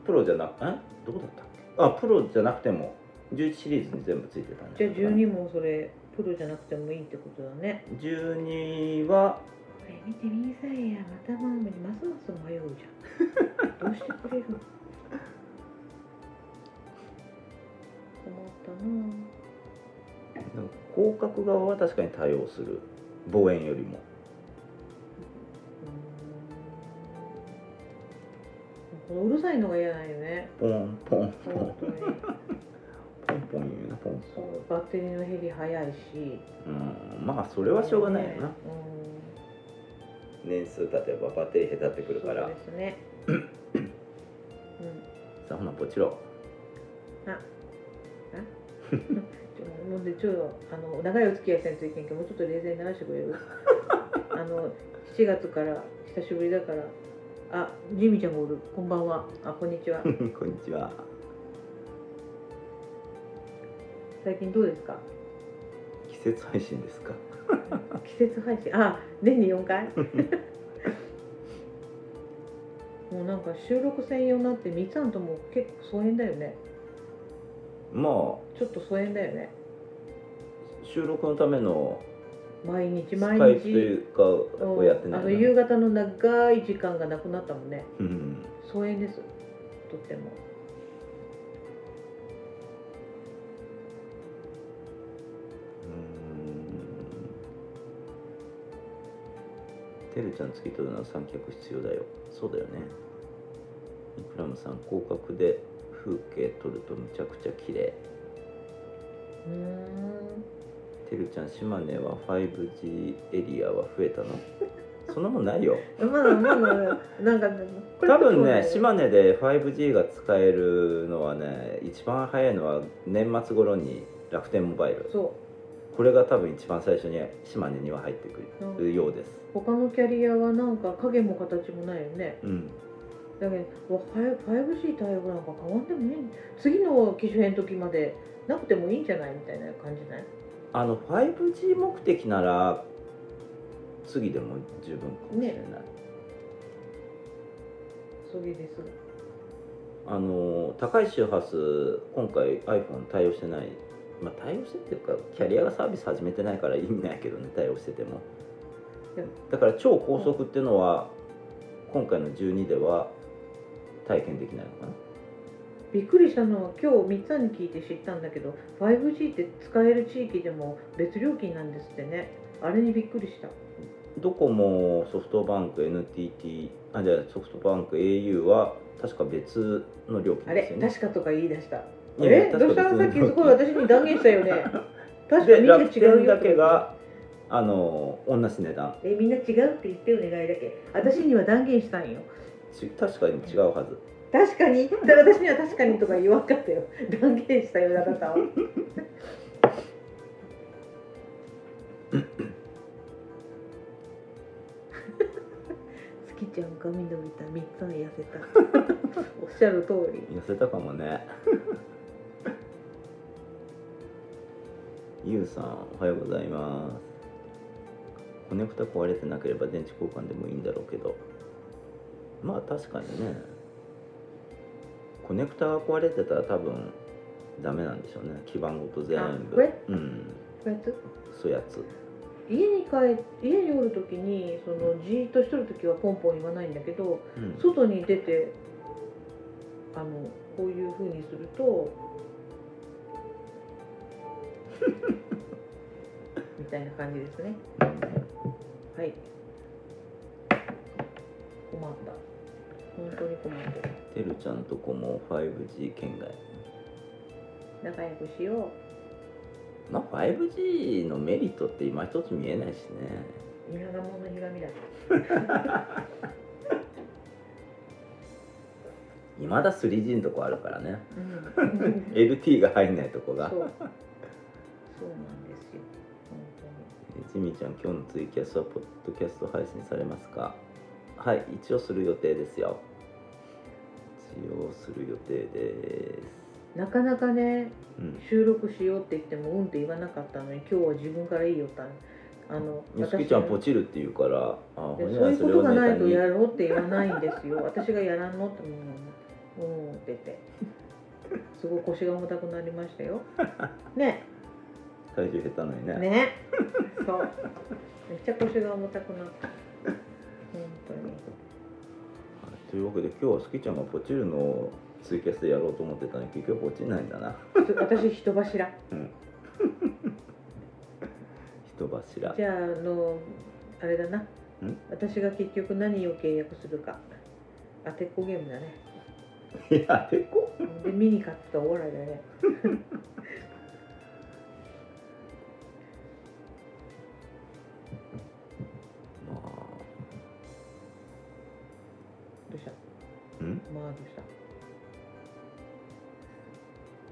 [SPEAKER 4] プロじゃなくえどうだったっけあプロじゃなくても11シリーズに全部ついてたね
[SPEAKER 5] じゃあ12もそれプロじゃなくてもいいってことだね
[SPEAKER 4] 12は
[SPEAKER 5] これ見てみさえやまたまにますます迷うじ <laughs> ゃんどうしてくれるの困ったな
[SPEAKER 4] 広角側は確かに対応する望遠よりも
[SPEAKER 5] ぁこのうるさいのが嫌だよね
[SPEAKER 4] ポンポンポン
[SPEAKER 5] 本当
[SPEAKER 4] ポンポン言
[SPEAKER 5] に
[SPEAKER 4] うなポンポン
[SPEAKER 5] バッテリーの減り早いし
[SPEAKER 4] うんまあそれはしょうがないよな、
[SPEAKER 5] ねうん
[SPEAKER 4] 年数経てばバッテリー減ってくるから
[SPEAKER 5] そうですねうん
[SPEAKER 4] さあほなポチロ
[SPEAKER 5] ちょもうでちょっとあの長いお付き合いせんといけんけどもうちょっと冷静にならしてくれ
[SPEAKER 4] <laughs>
[SPEAKER 5] るあの7月から久しぶりだからあジミちゃんがおるこんばんはあこんにちは
[SPEAKER 4] <laughs> こんにちは
[SPEAKER 5] 最近どうですか
[SPEAKER 4] 季節配信ですか
[SPEAKER 5] 季節配信あ年に4回
[SPEAKER 4] <laughs>
[SPEAKER 5] もうなんか収録専用になってみつあんとも結構疎遠だよね
[SPEAKER 4] まあ
[SPEAKER 5] ちょっと疎遠だよね
[SPEAKER 4] 収録のための
[SPEAKER 5] 毎日
[SPEAKER 4] ス
[SPEAKER 5] 毎
[SPEAKER 4] カイプとい
[SPEAKER 5] 日
[SPEAKER 4] うかをやってない
[SPEAKER 5] あ
[SPEAKER 4] な
[SPEAKER 5] の夕方の長い時間がなくなったもんね
[SPEAKER 4] うん
[SPEAKER 5] 疎遠ですとっても
[SPEAKER 4] てるちゃんつきとるのは三脚必要だよそうだよねイクラムさん広角で風景撮るとむちゃくちゃ綺麗
[SPEAKER 5] うーん
[SPEAKER 4] てるちゃん島根は 5G エリアは増えたの <laughs> そんなもんないよ
[SPEAKER 5] まだまだなんかこれ
[SPEAKER 4] 多分ね
[SPEAKER 5] そうだよ
[SPEAKER 4] 島根で 5G が使えるのはね一番早いのは年末頃に楽天モバイル
[SPEAKER 5] そ
[SPEAKER 4] これが多分一番最初に島根には入ってくるようです、
[SPEAKER 5] 他のキャリアはなんか影も形もないよね
[SPEAKER 4] うん、
[SPEAKER 5] だけどわ 5G 対応なんか変わってもいい次の機種変の時までなくてもいいんじゃないみたいな感じない
[SPEAKER 4] あの 5G 目的なら次でも十分かもしれない、
[SPEAKER 5] 次です
[SPEAKER 4] あの高い周波数今回 iPhone 対応してない、まあ、対応してっていうかキャリアがサービス始めてないから意味ないけどね対応してても
[SPEAKER 5] でも
[SPEAKER 4] だから超高速っていうのは今回の12では体験できないのかな
[SPEAKER 5] びっくりしたのは今日三つに聞いて知ったんだけど 5G って使える地域でも別料金なんですってねあれにびっくりした
[SPEAKER 4] ドコモソフトバンク NTT あじゃあソフトバンク au は確か別の料
[SPEAKER 5] あ
[SPEAKER 4] 金
[SPEAKER 5] れ
[SPEAKER 4] ですよね
[SPEAKER 5] 確かとか言い出した
[SPEAKER 4] いやいや
[SPEAKER 5] えどうした
[SPEAKER 4] 確か
[SPEAKER 5] さっ
[SPEAKER 4] 別
[SPEAKER 5] き
[SPEAKER 4] の
[SPEAKER 5] すごい私に断言したよね
[SPEAKER 4] <laughs>
[SPEAKER 5] 確か
[SPEAKER 4] で
[SPEAKER 5] みんな違
[SPEAKER 4] 楽
[SPEAKER 5] う
[SPEAKER 4] 天
[SPEAKER 5] よ
[SPEAKER 4] だ
[SPEAKER 5] とか言
[SPEAKER 4] け
[SPEAKER 5] って
[SPEAKER 4] があの同じ値段
[SPEAKER 5] えみんな違うって言ってお願いだけ私には断言したんよ
[SPEAKER 4] ち確かに違うはず
[SPEAKER 5] 確かにだから私には確かにとか言わんかったよ断言したよあなたは好きちゃんが緑た三つは痩せたおっしゃる通り
[SPEAKER 4] 痩せたかもね <laughs> ゆうさんおはようございますコネクタ壊れてなければ電池交換でもいいんだろうけどまあ確かにねコネクタが壊れてたら多分ダメなんでしょうね基板ごと全
[SPEAKER 5] あ
[SPEAKER 4] 部
[SPEAKER 5] これ
[SPEAKER 4] うん
[SPEAKER 5] こうやって
[SPEAKER 4] そういうやつ
[SPEAKER 5] 家に帰家におる時にそのじーっとしとる時はポンポン言わないんだけど
[SPEAKER 4] うん
[SPEAKER 5] 外に出てあのこういうふうにするとみたいな感じですねはい困った本当に困った
[SPEAKER 4] てるちゃんとこも 5G 圏外
[SPEAKER 5] 仲良くしよ
[SPEAKER 4] まあ 5G のメリットって今一つ見えないしね
[SPEAKER 5] う稲鴨のひがみだ
[SPEAKER 4] いまだ 3G のとこあるからね
[SPEAKER 5] うん
[SPEAKER 4] LT が入んないとこが
[SPEAKER 5] そうそうなんですよ本当に
[SPEAKER 4] ジミーちゃん今日のツイキャスはポッドキャスト配信されますかはい一応する予定ですよ一応する予定です
[SPEAKER 5] なかなかね
[SPEAKER 4] うん
[SPEAKER 5] 収録しようって言ってもうんって言わなかったのに今日は自分からいいよったのあの
[SPEAKER 4] みつきちゃんポ
[SPEAKER 5] チ
[SPEAKER 4] チるって言うからあほ
[SPEAKER 5] そうんいうこ
[SPEAKER 4] れ
[SPEAKER 5] と
[SPEAKER 4] を
[SPEAKER 5] が
[SPEAKER 4] ネ
[SPEAKER 5] な
[SPEAKER 4] タ
[SPEAKER 5] いと
[SPEAKER 4] に
[SPEAKER 5] やろうって言わないんです
[SPEAKER 4] <laughs>
[SPEAKER 5] よ私がやらんのってうんうんって言ってすごい腰が重たくなりまし
[SPEAKER 4] <laughs>
[SPEAKER 5] たよね
[SPEAKER 4] 体重減ったのにね
[SPEAKER 5] ねそうめっちゃ腰が重たくなった本当に
[SPEAKER 4] はいというわけで今日はすきちゃんがポチるのをツイキャスでやろうと思ってたのに結局ポチんないんだな
[SPEAKER 5] ちょ私人柱
[SPEAKER 4] 人柱
[SPEAKER 5] じゃああのあれだな私が結局何を契約するか当てっこゲームだね
[SPEAKER 4] い <laughs> や結構
[SPEAKER 5] でミニ買ってたら終わりだね
[SPEAKER 4] ま
[SPEAKER 5] どうした
[SPEAKER 4] あん
[SPEAKER 5] まあどうした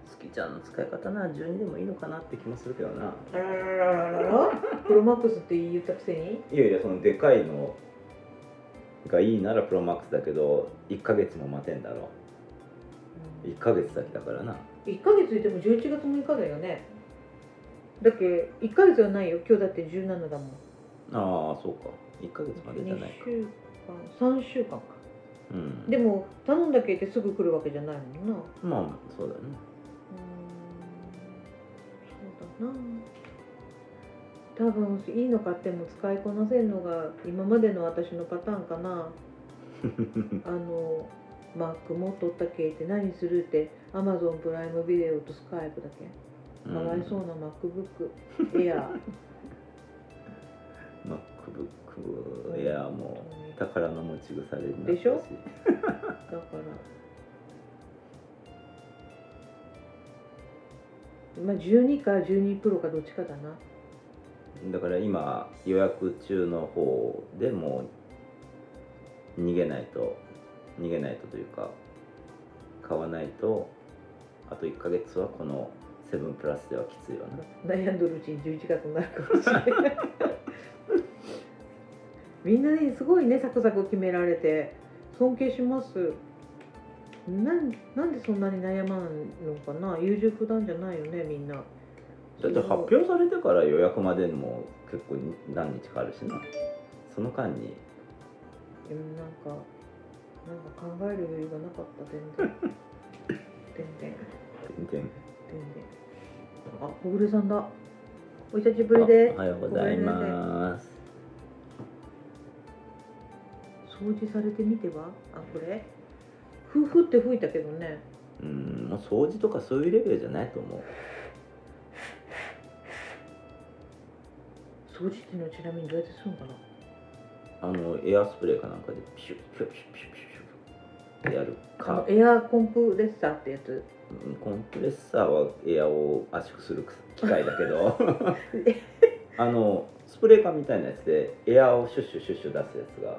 [SPEAKER 4] スキちゃんの使い方なら12でもいいのかなって気もするけどな
[SPEAKER 5] あららららららプロマックスって言ったくせに
[SPEAKER 4] いやいやそのでかいのがいいならプロマックスだけど1ヶ月も待てんだろ1ヶ月先だからな
[SPEAKER 5] 1ヶ月いても11月6日だよねだっけ1ヶ月はないよ今日だって17だもん
[SPEAKER 4] ああそうか1ヶ月までじゃ
[SPEAKER 5] 2
[SPEAKER 4] ないか
[SPEAKER 5] 週間3週間か
[SPEAKER 4] うん
[SPEAKER 5] でも頼んだけってすぐ来るわけじゃないもんなうーん
[SPEAKER 4] まあそうだね
[SPEAKER 5] そうだな多分いいの買っても使いこなせるのが今までの私のパターンかなあのマック持っとったけって何するってアマゾンプライムビデオとスカイプだけ <laughs> かわいそうな MacBook エアー
[SPEAKER 4] MacBook いやもう
[SPEAKER 5] だか
[SPEAKER 4] 宝の持ち腐れになった
[SPEAKER 5] でしょらまあ12か12プロかどっちかだな
[SPEAKER 4] だから今予約中の方でもう逃げないと逃げないとというか買わないとあと1ヶ月はこのセブンプラスではきついよね
[SPEAKER 5] 悩んどるうちに11月になるかもしれないみんなねすごいねサクサク決められて尊敬しますなんなんでそんなに悩まんのかな優柔不断じゃないよねみんな
[SPEAKER 4] だって発表されてから予約までにも結構何日かあるしなその間に
[SPEAKER 5] でもなんかなんか考える余裕がなかった全然
[SPEAKER 4] <laughs>
[SPEAKER 5] 全然
[SPEAKER 4] 全然
[SPEAKER 5] 全然あ小暮さんだお久しぶりで
[SPEAKER 4] あおはようございます
[SPEAKER 5] 掃除されてみてはあこれふふって吹いたけどね
[SPEAKER 4] うんもう掃除とかそういうレベルじゃないと思う
[SPEAKER 5] 掃除っていうのはちなみにどうやってするのかな
[SPEAKER 4] あのエアスプレーかなんかでピシュッピシュッピシュッピシュッピシュッってやる
[SPEAKER 5] あ
[SPEAKER 4] か
[SPEAKER 5] のエアコンプレッサーってやつ
[SPEAKER 4] うんコンプレッサーはエアを圧縮する機械だけどあのスプレー缶みたいなやつでエアをシュッシュシュッシュ出すやつが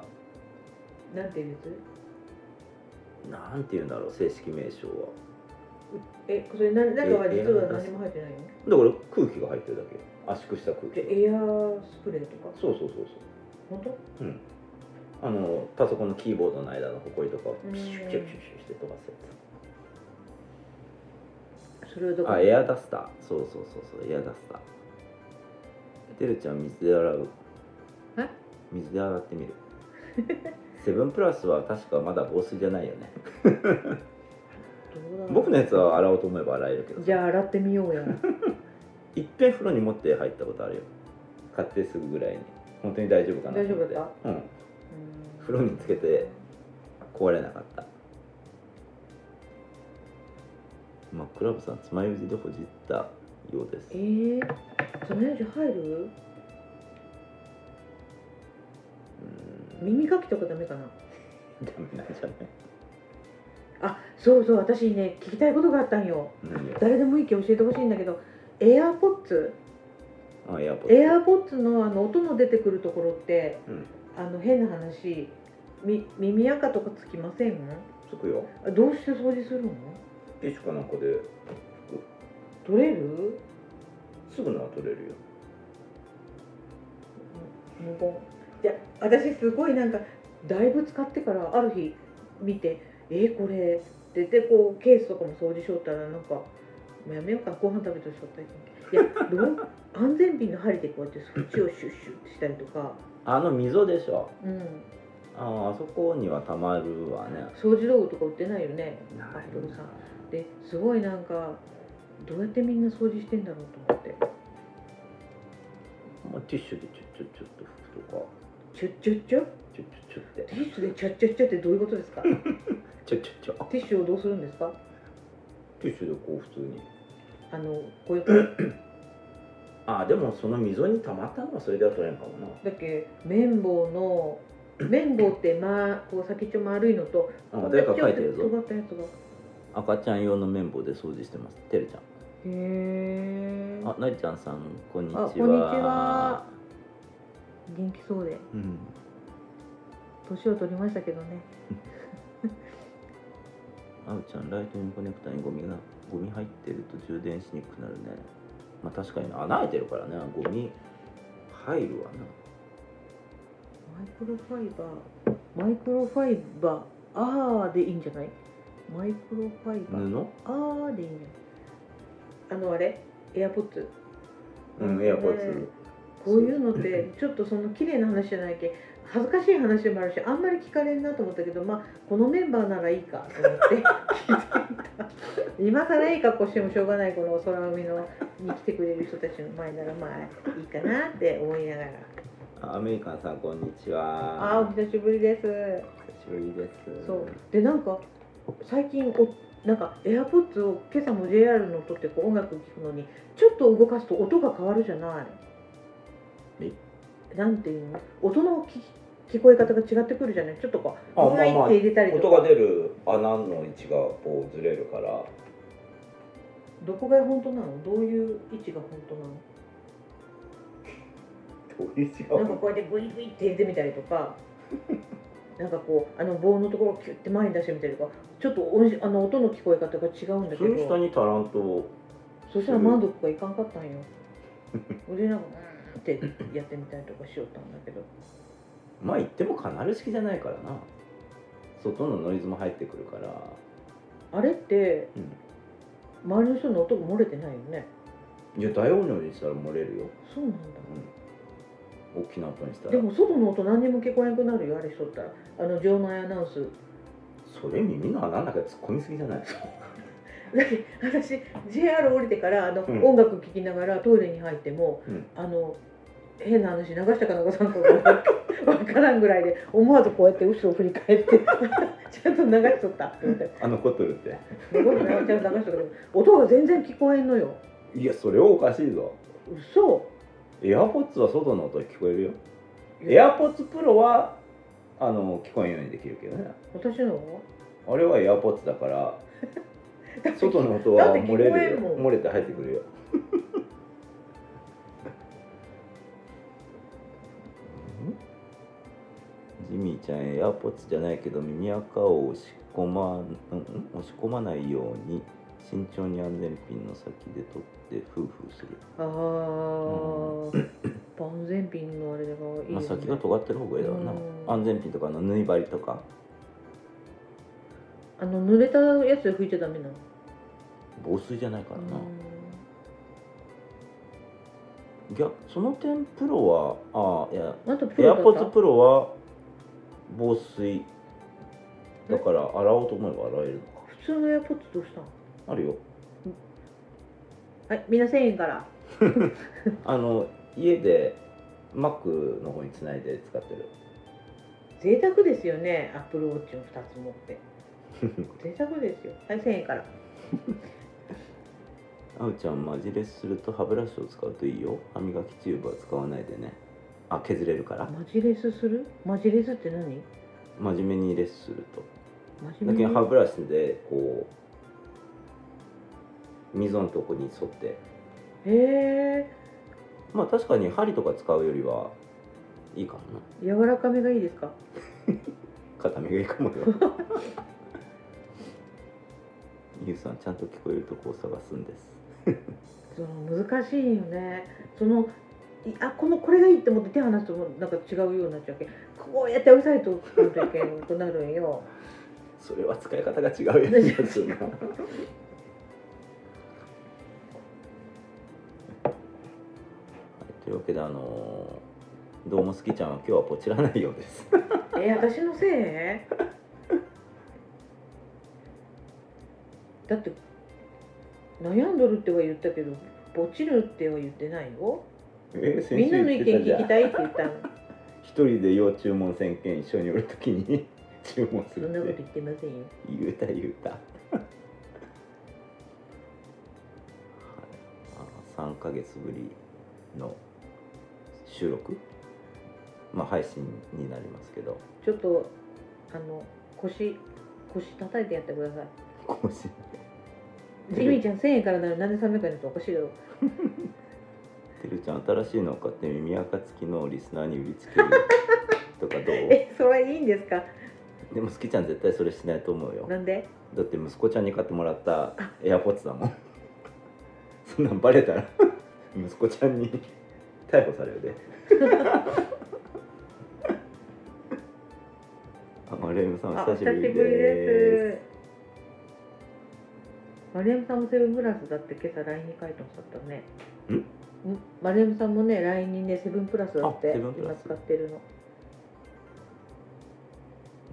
[SPEAKER 5] なんていうやつ
[SPEAKER 4] なんて言うんだろう正式名称は
[SPEAKER 5] えそれな中は実は
[SPEAKER 4] え
[SPEAKER 5] 何も入ってない
[SPEAKER 4] だ
[SPEAKER 5] の
[SPEAKER 4] から空気が入ってるだけ圧縮した空気
[SPEAKER 5] えエアスプレーとか
[SPEAKER 4] そうそうそうそう
[SPEAKER 5] 本当
[SPEAKER 4] うん、あのパソコンのキーボードの間のホコリとかを
[SPEAKER 5] うん
[SPEAKER 4] ピシュッピシュッピシュッして飛ばすや
[SPEAKER 5] それはど
[SPEAKER 4] つ
[SPEAKER 5] こ
[SPEAKER 4] あエアダスターそうそうそうそうエアダスターてるちゃん水で洗う
[SPEAKER 5] え
[SPEAKER 4] 水で洗ってみる <laughs> セブンプラスは確かまだ防水じゃないよね
[SPEAKER 5] どうだろう
[SPEAKER 4] 僕のやつは洗おうと思えば洗えるけど
[SPEAKER 5] じゃあ洗ってみよ
[SPEAKER 4] <laughs>
[SPEAKER 5] うや
[SPEAKER 4] いっぺん風呂に持って入ったことあるよ買ってすぐぐらいに本当に大丈夫かな
[SPEAKER 5] 大丈夫だ
[SPEAKER 4] だ
[SPEAKER 5] っ
[SPEAKER 4] た
[SPEAKER 5] た
[SPEAKER 4] うん
[SPEAKER 5] うん
[SPEAKER 4] 風呂につけて壊れなかったまあクラブさんつまようじでほじったようです
[SPEAKER 5] えー、そのじ入る
[SPEAKER 4] うーん
[SPEAKER 5] 耳かきとかダメかな
[SPEAKER 4] ダメなんじゃない
[SPEAKER 5] あそうそう私ね聞きたいことがあったんよ
[SPEAKER 4] 何よ
[SPEAKER 5] 誰でもいいけど教えてほしいんだけどエアポッツ
[SPEAKER 4] あエアポッド
[SPEAKER 5] エアポッツのあの音の出てくるところって、
[SPEAKER 4] うん
[SPEAKER 5] あの変な話み耳垢とかつきません
[SPEAKER 4] つくよ
[SPEAKER 5] あどうして掃除するの
[SPEAKER 4] ティッシュかなんかで
[SPEAKER 5] 取れる
[SPEAKER 4] すぐのは取れるよ
[SPEAKER 5] 無言いや私すごいなんかだいぶ使ってからある日見て「えー、これ」ってでこうケースとかも掃除しよったらなんか「もうやめようかご飯食べとしよったりとかいや <laughs> どう安全ピンの針でこうやってそっちをシュッシュッしたりとか、
[SPEAKER 4] あの溝でしょ
[SPEAKER 5] うん、
[SPEAKER 4] あーあそこにはたまるわね
[SPEAKER 5] 掃除道具とか売ってないよね
[SPEAKER 4] な
[SPEAKER 5] アップルさんですごいなんかどうやってみんな掃除してんだろうと思って
[SPEAKER 4] まあ、ティッシュでちょちょちょっと拭くとか
[SPEAKER 5] チュッチュッチュ
[SPEAKER 4] ち
[SPEAKER 5] ッ
[SPEAKER 4] ょちょちょって
[SPEAKER 5] ティッシュでチャッチャッチャってどういうことですかテ
[SPEAKER 4] ちょちょちょ
[SPEAKER 5] ィッシュをどうするんですか
[SPEAKER 4] ティッシュでこう普通に
[SPEAKER 5] あのこういう
[SPEAKER 4] あでもその溝にたまったのはそれでは取れんかもな
[SPEAKER 5] だっけ綿棒の綿棒って、ま、こう先っちょ丸いのと
[SPEAKER 4] あ誰か書いてるぞ
[SPEAKER 5] 尖ったやつがへ
[SPEAKER 4] 赤ちゃん用の綿棒で掃除してますてるちゃ
[SPEAKER 5] え
[SPEAKER 4] んあなりちゃんさんこんにちは
[SPEAKER 5] あこんにちは元気そうで
[SPEAKER 4] うん
[SPEAKER 5] 年を取りましたけどね
[SPEAKER 4] あうちゃんライトニングコネクタにゴミがゴミ入ってると充電しにくくなるねまあ確かにな穴開いてるからねゴミ入るわな
[SPEAKER 5] マイクロファイバーマイクロファイバーあーでいいんじゃないマイクロファイバー、
[SPEAKER 4] 布
[SPEAKER 5] あーでいいんじゃないあのあれエアポッツ
[SPEAKER 4] うんエアポッツ
[SPEAKER 5] こういうのってちょっとその綺麗な話じゃないけ恥ずかしい話でもあるしあんまり聞かれんなと思ったけどまあこのメンバーならいいかと思 <laughs> って聞いてみた今更いい格好してもしょうがないこの空海のに来てくれる人たちの前ならまあいいかなって思いながら
[SPEAKER 4] あアメリカンさんこんにち
[SPEAKER 5] ああ
[SPEAKER 4] は
[SPEAKER 5] お久しぶりです
[SPEAKER 4] 久しぶりです
[SPEAKER 5] そうでなんか最近おなんかエアポッツを今朝も JR の音ってこう音楽聴くのにちょっと動かすと音が変わるじゃない
[SPEAKER 4] え
[SPEAKER 5] なんていうの音の聞き聞こえ方が違ってくるじゃないちょっとこう
[SPEAKER 4] あ
[SPEAKER 5] 音が
[SPEAKER 4] まあまあ
[SPEAKER 5] って入れたりと
[SPEAKER 4] 音
[SPEAKER 5] か、
[SPEAKER 4] が出る穴の位置がこうずれるから
[SPEAKER 5] どこが本当なのどういう位置が本当なの
[SPEAKER 4] どういう違
[SPEAKER 5] なんかこうやってグイグイって入れてみたりとか <laughs> なんかこうあの棒のところをキュッ
[SPEAKER 4] <laughs>
[SPEAKER 5] て前に出してみたりとかちょっと音あの音の聞こえ方が違うんだけ
[SPEAKER 4] そういう人
[SPEAKER 5] ど
[SPEAKER 4] に足らんと
[SPEAKER 5] そしたら満足がいかんかったんよ俺なんかうーんってやってみたりとかしよったんだけど
[SPEAKER 4] まあ言ってもカナル式じゃないからな外のノイズも入ってくるから
[SPEAKER 5] あれって
[SPEAKER 4] うん
[SPEAKER 5] 周りの人の音が漏れてないよね
[SPEAKER 4] いや大音量にしたら漏れるよ、
[SPEAKER 5] そうなんだ
[SPEAKER 4] うん、大きな音にしたら
[SPEAKER 5] でも外の音何にも聞こえなくなるよあれしとったらあの場内アナウンス <laughs>
[SPEAKER 4] それ耳の穴の中で突っ込みすぎじゃない
[SPEAKER 5] だって私 JR 降りてからあの、
[SPEAKER 4] うん
[SPEAKER 5] 音楽聴きながらトイレに入っても、
[SPEAKER 4] うん
[SPEAKER 5] あの変な話流したか流さんかが分からんぐらいで思わずこうやって後ろ振り返って <laughs> ちゃんと流しとったって思って
[SPEAKER 4] あのコトルって
[SPEAKER 5] すごいなちゃんと流しとったけど音が全然聞こえんのよ
[SPEAKER 4] いやそれはおかしいぞ
[SPEAKER 5] 嘘
[SPEAKER 4] エアポッツは外の音聞こえるよエアポッツプロはあの聞こえんようにできるけどね
[SPEAKER 5] 私のは
[SPEAKER 4] あれはエアポッツだから
[SPEAKER 5] <laughs> だって
[SPEAKER 4] 外の音は
[SPEAKER 5] だって聞
[SPEAKER 4] 漏
[SPEAKER 5] こえんもん
[SPEAKER 4] れるよ漏れて入って
[SPEAKER 5] <laughs>
[SPEAKER 4] くるよジミーちゃんエアポッツじゃないけど耳垢を押し込まん、うんん、押し込まないように慎重に安全ピンの先で取ってフーフーする、
[SPEAKER 5] あー万全ピンのあれだからいいよ、ね
[SPEAKER 4] まあ、先が尖ってる方がいいだろうな
[SPEAKER 5] うん
[SPEAKER 4] 安全ピンとかあの縫い針とか
[SPEAKER 5] あの濡れたやつで拭いちゃダメなの
[SPEAKER 4] 防水じゃないからな、
[SPEAKER 5] うん
[SPEAKER 4] 逆その点プロはああいや
[SPEAKER 5] あとプ
[SPEAKER 4] エア
[SPEAKER 5] ロ
[SPEAKER 4] ポ
[SPEAKER 5] だ
[SPEAKER 4] ッ
[SPEAKER 5] っ
[SPEAKER 4] ツプロは防水だから洗おうと思えば洗えるのか
[SPEAKER 5] た普通のエアポッツどうしたの
[SPEAKER 4] あるよ
[SPEAKER 5] はいみんな1000円から
[SPEAKER 4] あの家で Mac の方につないで使ってる
[SPEAKER 5] 贅沢ですよねアップルウォッチを2つ持って
[SPEAKER 4] <laughs>
[SPEAKER 5] 贅沢ですよはい1000円から
[SPEAKER 4] あうちゃんマジレスすると歯ブラシを使うといいよ歯磨きチューブは使わないでねあ削れるから
[SPEAKER 5] マジレスするマジレスって何
[SPEAKER 4] 真面目にレスすると
[SPEAKER 5] 真
[SPEAKER 4] だ
[SPEAKER 5] 面
[SPEAKER 4] け
[SPEAKER 5] 目
[SPEAKER 4] ど
[SPEAKER 5] に
[SPEAKER 4] 歯ブラシでこう溝のとこに沿って
[SPEAKER 5] へえ
[SPEAKER 4] まあ確かに針とか使うよりはいいかもな
[SPEAKER 5] 柔らかめがいいですか
[SPEAKER 4] 片目がいいかもよ <laughs> ゆうさんちゃんと聞こえるとこを探すんです
[SPEAKER 5] その難しいよねそのいあこのこれがいいって思って手離すともうなんか違うようになっちゃうけんこうやって押さえとくといけんとなるんよ <laughs>
[SPEAKER 4] それは使い方が違うやつです <laughs> よなはいというわけであのーどうも好きちゃんは今日はポチらないようです <laughs>
[SPEAKER 5] え私のせい <laughs> だって悩んどるっては言ったけどぼちるっては言ってないよ
[SPEAKER 4] えー
[SPEAKER 5] みんなの意見聞き
[SPEAKER 4] ん
[SPEAKER 5] たいって言 <laughs> ったの
[SPEAKER 4] 一人で要注文1000件一緒におるときに <laughs> 注文す
[SPEAKER 5] そんな
[SPEAKER 4] る
[SPEAKER 5] こ
[SPEAKER 4] っ
[SPEAKER 5] と
[SPEAKER 4] て
[SPEAKER 5] 言ってませんよ
[SPEAKER 4] 言うた言うたはいまあ3ヶ月ぶりの収録まあ配信になりますけど
[SPEAKER 5] ちょっとあの腰腰叩いてやってください
[SPEAKER 4] 更新
[SPEAKER 5] ジミーちゃん1000円からなるなんで300円だとおかしいだろ
[SPEAKER 4] てるちゃん新しいのを買って耳垢付きのをリスナーに売りつけるとかどう
[SPEAKER 5] えそれいいんですか
[SPEAKER 4] でも好きちゃん絶対それしないと思うよ
[SPEAKER 5] なんで
[SPEAKER 4] だって息子ちゃんに買ってもらったエアポッツだもんそんなんバレたら <laughs> 息子ちゃんに逮捕される <laughs> であマレームさん
[SPEAKER 5] あ
[SPEAKER 4] お久しぶりです
[SPEAKER 5] マレームさんもセブングラスだって今朝 LINE に書いてましたね
[SPEAKER 4] ん
[SPEAKER 5] マレームさんもね LINE にねセブンプラスだっ
[SPEAKER 4] あ
[SPEAKER 5] て
[SPEAKER 4] セブンプ
[SPEAKER 5] 今
[SPEAKER 4] ラス
[SPEAKER 5] 使ってる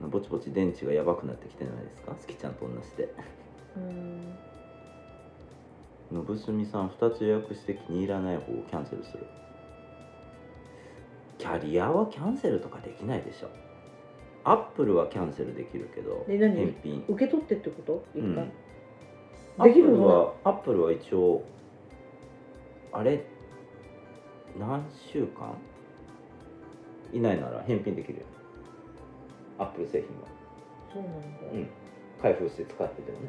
[SPEAKER 5] の
[SPEAKER 4] ぼちぼち電池がやばくなってきてないですか好きちゃんと同じで
[SPEAKER 5] うーん
[SPEAKER 4] のぶすみさん2つ予約して気に入らない方をキャンセルするキャリアはキャンセルとかできないでしょアップルはキャンセルできるけど
[SPEAKER 5] で何
[SPEAKER 4] 返品
[SPEAKER 5] 受け取ってってこと一
[SPEAKER 4] うんで
[SPEAKER 5] 回、で
[SPEAKER 4] き
[SPEAKER 5] き
[SPEAKER 4] る
[SPEAKER 5] る
[SPEAKER 4] の
[SPEAKER 5] の
[SPEAKER 4] はアップルは一応あれ何週間以内なら返品できるよアップル製品は
[SPEAKER 5] そうなんだ、
[SPEAKER 4] うん開封して使っててもね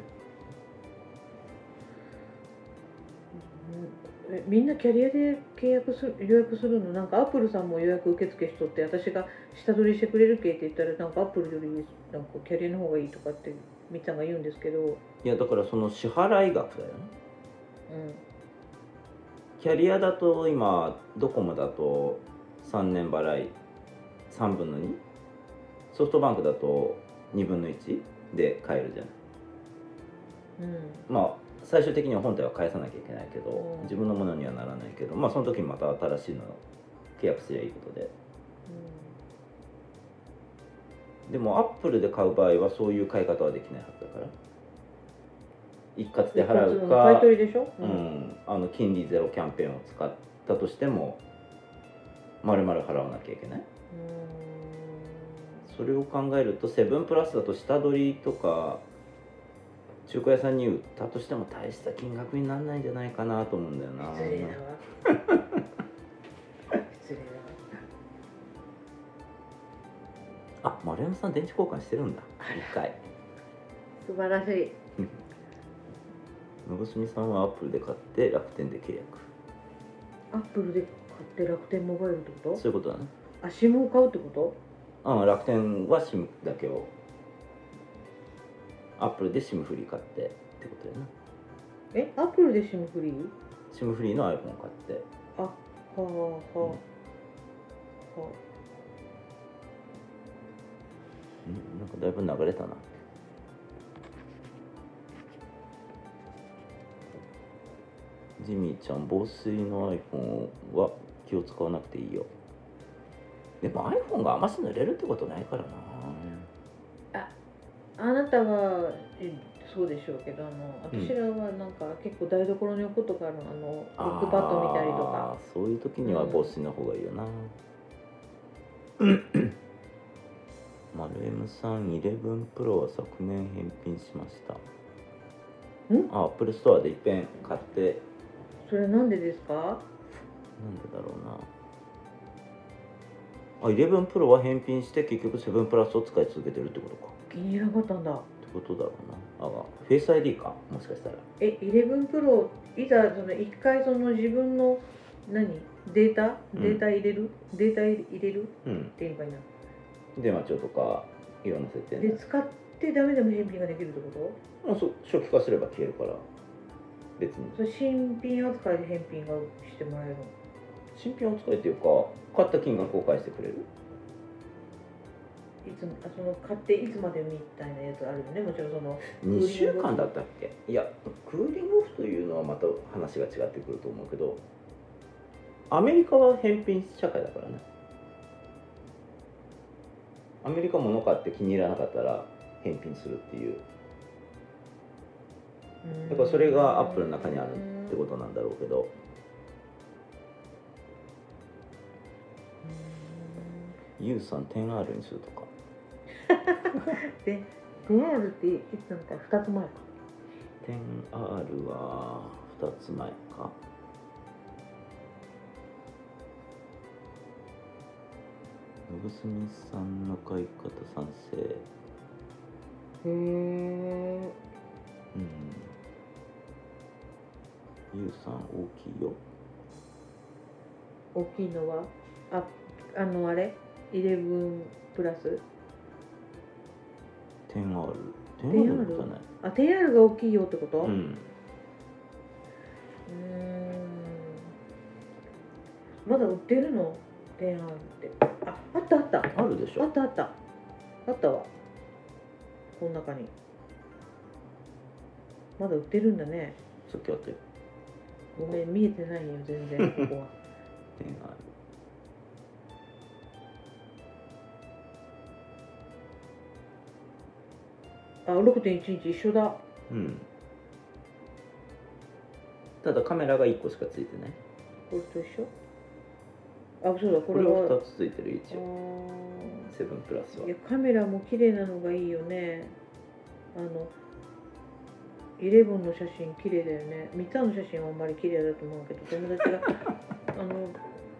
[SPEAKER 5] うんえみんなキャリアで契約する予約するのなんかアップルさんも予約受付しとって私が下取りしてくれるけって言ったらなんかアップルよりなんかキャリアの方がいいとかってみっちゃんが言うんですけど、うん、
[SPEAKER 4] いやだからその支払い額だよねキャリアだと今ドコモだと3年払い3分の2ソフトバンクだと2分の1で買えるじゃない
[SPEAKER 5] うん
[SPEAKER 4] まあ最終的には本体は返さなきゃいけないけど、
[SPEAKER 5] うん
[SPEAKER 4] 自分のものにはならないけどまあその時にまた新しいの契約すりゃいいことででもアップルで買う場合はそういう買い方はできないはずだから一括で払う
[SPEAKER 5] 買い
[SPEAKER 4] か
[SPEAKER 5] 取りでしょ、
[SPEAKER 4] うんあの金利ゼロキャンペーンを使ったとしても丸々払わなきゃいけないそれを考えるとセブンプラスだと下取りとか中古屋さんに売ったとしても大した金額にならないんじゃないかなと思うんだよな
[SPEAKER 5] 失礼だわ失礼だわ
[SPEAKER 4] あ丸山さん電池交換してるんだ一回
[SPEAKER 5] 素晴らしい
[SPEAKER 4] 信みさんはアップルで買って楽天で契約
[SPEAKER 5] アップルで買って楽天モバイルってこ
[SPEAKER 4] そういうことだね
[SPEAKER 5] とあ SIM を買うってこと
[SPEAKER 4] うん楽天は SIM だけをアップルで SIM フリー買ってってことだよな
[SPEAKER 5] えアップルで SIM フリー
[SPEAKER 4] SIM フリーの iPhone 買って
[SPEAKER 5] あはあはあはあ、は
[SPEAKER 4] うんなんかだいぶ流れたなジミーちゃん防水の iPhone は気を使わなくていいよでも iPhone が余し濡れるってことないからな
[SPEAKER 5] ああなたはえそうでしょうけどあの
[SPEAKER 4] うん
[SPEAKER 5] 私らはなんか結構台所に置くことがあるのあのロックパッド見たりと
[SPEAKER 4] あ
[SPEAKER 5] か
[SPEAKER 4] ーそういう時には防水の方がいいよ
[SPEAKER 5] <clears throat>
[SPEAKER 4] な、丸 M さん 11Pro は昨年返品しました
[SPEAKER 5] ん
[SPEAKER 4] あアップルストアでいっぺん買って
[SPEAKER 5] それなんでですか
[SPEAKER 4] なんでだろうなあ 11Pro は返品して結局7プラスを使い続けてるってことか
[SPEAKER 5] 気に入らなかったんだ
[SPEAKER 4] ってことだろうなあフェイス ID かもしかしたら
[SPEAKER 5] え11プロいざその一回その自分の何データ
[SPEAKER 4] うん
[SPEAKER 5] データ入れる、データ入れる
[SPEAKER 4] うん
[SPEAKER 5] って言えばいいな
[SPEAKER 4] 電話帳とかいろんな設定
[SPEAKER 5] で
[SPEAKER 4] ね
[SPEAKER 5] 使ってダメでも返品ができるってこ
[SPEAKER 4] もうそ初期化すれば消えるから別に
[SPEAKER 5] とそれ新品扱いで返品がしてもらえるの
[SPEAKER 4] 新品扱いっていうか買った金額を返してくれる
[SPEAKER 5] いつもあその買っていつまでみたいなやつあるよねもちろんその
[SPEAKER 4] 2週間だったっけいやクーリングオフというのはまた話が違ってくると思うけどアメリカは返品社会だからねアメリカ物買って気に入らなかったら返品するっていうだからそれがアップルの中にあるってことなんだろうけどユウさん 10R にするとか
[SPEAKER 5] で DR っていつみたい2つ前か
[SPEAKER 4] 10R は2つ前か信澄さんの買い方賛成
[SPEAKER 5] へえ
[SPEAKER 4] うんゆうさん大きいよ
[SPEAKER 5] 大きいのはああのあれ11プラス
[SPEAKER 4] 10R 10R の
[SPEAKER 5] 10R
[SPEAKER 4] ことはない
[SPEAKER 5] あ TR が大きいよってこと
[SPEAKER 4] う
[SPEAKER 5] うーん
[SPEAKER 4] ん
[SPEAKER 5] まだ売ってるの TR ってああったあったあ
[SPEAKER 4] あるでしょ
[SPEAKER 5] ったあったあったわこの中にまだ売ってるんだね
[SPEAKER 4] さっきあったよ
[SPEAKER 5] ごめん見えてないよ全然ここは
[SPEAKER 4] 10R
[SPEAKER 5] あ6.1日一緒だ
[SPEAKER 4] うんただカメラが1個しかついてない
[SPEAKER 5] これと一緒あそうだこ
[SPEAKER 4] こ
[SPEAKER 5] れ
[SPEAKER 4] れは
[SPEAKER 5] は
[SPEAKER 4] 2つついてる一応
[SPEAKER 5] あ
[SPEAKER 4] 7プラス
[SPEAKER 5] ー
[SPEAKER 4] はい
[SPEAKER 5] やカメラも綺麗なのがいいよねあの11の写真綺麗だよね三つの写真はあんまり綺麗だと思うけど友達があの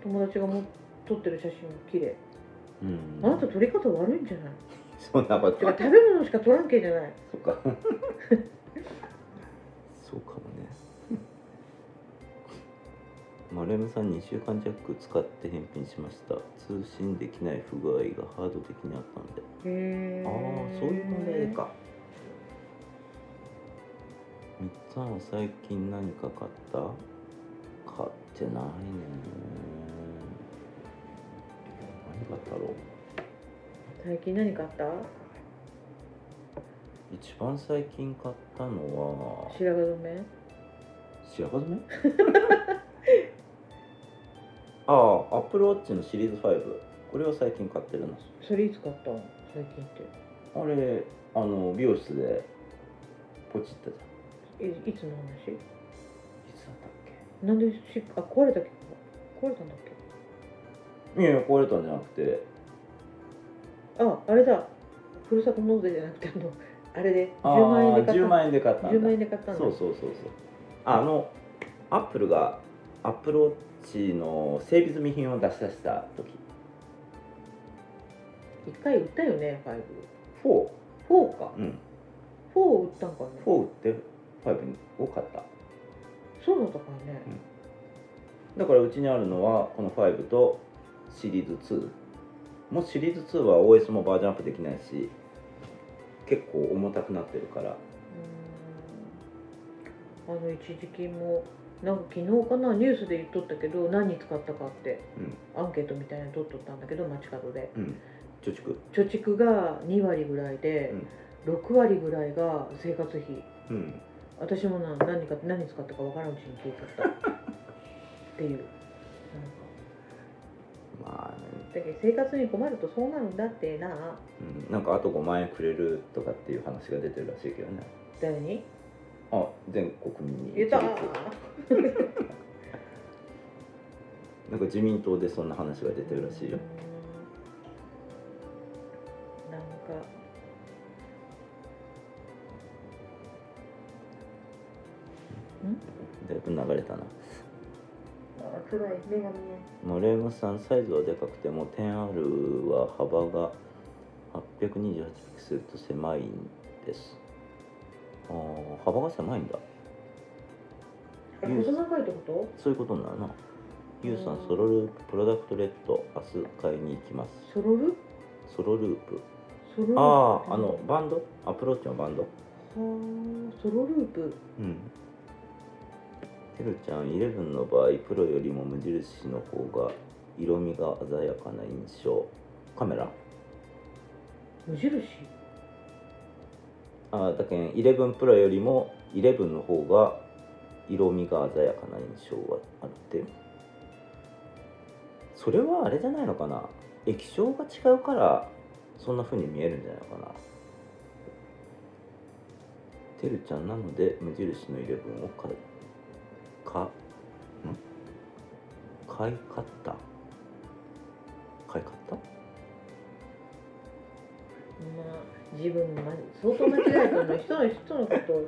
[SPEAKER 5] 友達がも撮ってる写真も綺麗
[SPEAKER 4] うん
[SPEAKER 5] あなた撮り方悪いんじゃない
[SPEAKER 4] そんなこと
[SPEAKER 5] てか食べ物しか撮らんけんじゃない
[SPEAKER 4] そうか <laughs> そうかもね丸山さん2週間弱使って返品しました通信できない不具合がハード的にあったので
[SPEAKER 5] へ
[SPEAKER 4] ああそういう問題かみっつんは最近何か買った買ってないね何があったろう
[SPEAKER 5] 最近何買った
[SPEAKER 4] 一番最近買ったのは
[SPEAKER 5] 白髪染め
[SPEAKER 4] 白髪染め <laughs> ああアップルウォッチのシリーズ5これを最近買ってるの
[SPEAKER 5] それいつ買ったの最近って
[SPEAKER 4] あれあの美容室でポチってたい
[SPEAKER 5] えいつの話
[SPEAKER 4] つだったっ
[SPEAKER 5] なんでしあ壊れたっけ壊れたんだっけ
[SPEAKER 4] けいやいや壊れたんじゃなくて
[SPEAKER 5] ああれだふるさと納税じゃなくてあの <laughs> あれで
[SPEAKER 4] あ
[SPEAKER 5] 10万円で
[SPEAKER 4] あ
[SPEAKER 5] 買った
[SPEAKER 4] 10万円で買ったんだ
[SPEAKER 5] 10万円で買ったんだ
[SPEAKER 4] そうそうそうそうああのアップルがアップルウォッチの整備済み品を出し出した時
[SPEAKER 5] 一回売ったよね
[SPEAKER 4] 4
[SPEAKER 5] 54か
[SPEAKER 4] うん
[SPEAKER 5] 4を売ったんかね
[SPEAKER 4] 4売って5を買った
[SPEAKER 5] そうだったからね
[SPEAKER 4] だからうちにあるのはこの5とシリーズ2もうシリーズ2は OS もバージョンアップできないし結構重たくなってるから
[SPEAKER 5] うーんあの一時期もなんか昨日かなニュースで言っとったけど何に使ったかって、アンケートみたいなの取っとったんだけど街角で
[SPEAKER 4] うん貯蓄
[SPEAKER 5] 貯蓄が2割ぐらいで、6割ぐらいが生活費
[SPEAKER 4] うん
[SPEAKER 5] 私もな何か何使ったか分からんうちに消えちゃったっていうなんか
[SPEAKER 4] まあ、ね
[SPEAKER 5] だけど生活に困るとそうなるんだってな
[SPEAKER 4] うん、なんかあと5万円くれるとかっていう話が出てるらしいけどね
[SPEAKER 5] 誰に
[SPEAKER 4] あ全国民に
[SPEAKER 5] 言った
[SPEAKER 4] 一律なんか自民党でそんな話が出てるらしいよ
[SPEAKER 5] うーんなんか
[SPEAKER 4] だいぶ流れたな
[SPEAKER 5] あ暗い目が見え
[SPEAKER 4] マレームさんサイズはでかくても 10R は幅が828ピクセルと狭いんですああ幅が狭いんだ
[SPEAKER 5] え
[SPEAKER 4] うん
[SPEAKER 5] 細長いってこと
[SPEAKER 4] そういうことになるなゆうさん
[SPEAKER 5] うん
[SPEAKER 4] ソロループプロダクトレッド明日買いに行きます
[SPEAKER 5] ソロル
[SPEAKER 4] ソロループ
[SPEAKER 5] ソロループ
[SPEAKER 4] あああのバンドアプローチのバンド
[SPEAKER 5] はあソロループ
[SPEAKER 4] うんてるちゃん11の場合プロよりも無印の方が色味が鮮やかな印象カメラ
[SPEAKER 5] 無印
[SPEAKER 4] あーだけん11プロよりも11の方が色味が鮮やかな印象があるってそれはあれじゃないのかな液晶が違うからそんな風に見えるんじゃないのかなてるちゃんなので無印の11を買いかん買い買った買い買った
[SPEAKER 5] まあ自分ま相当間違えてるの人の人
[SPEAKER 4] <laughs>
[SPEAKER 5] のことを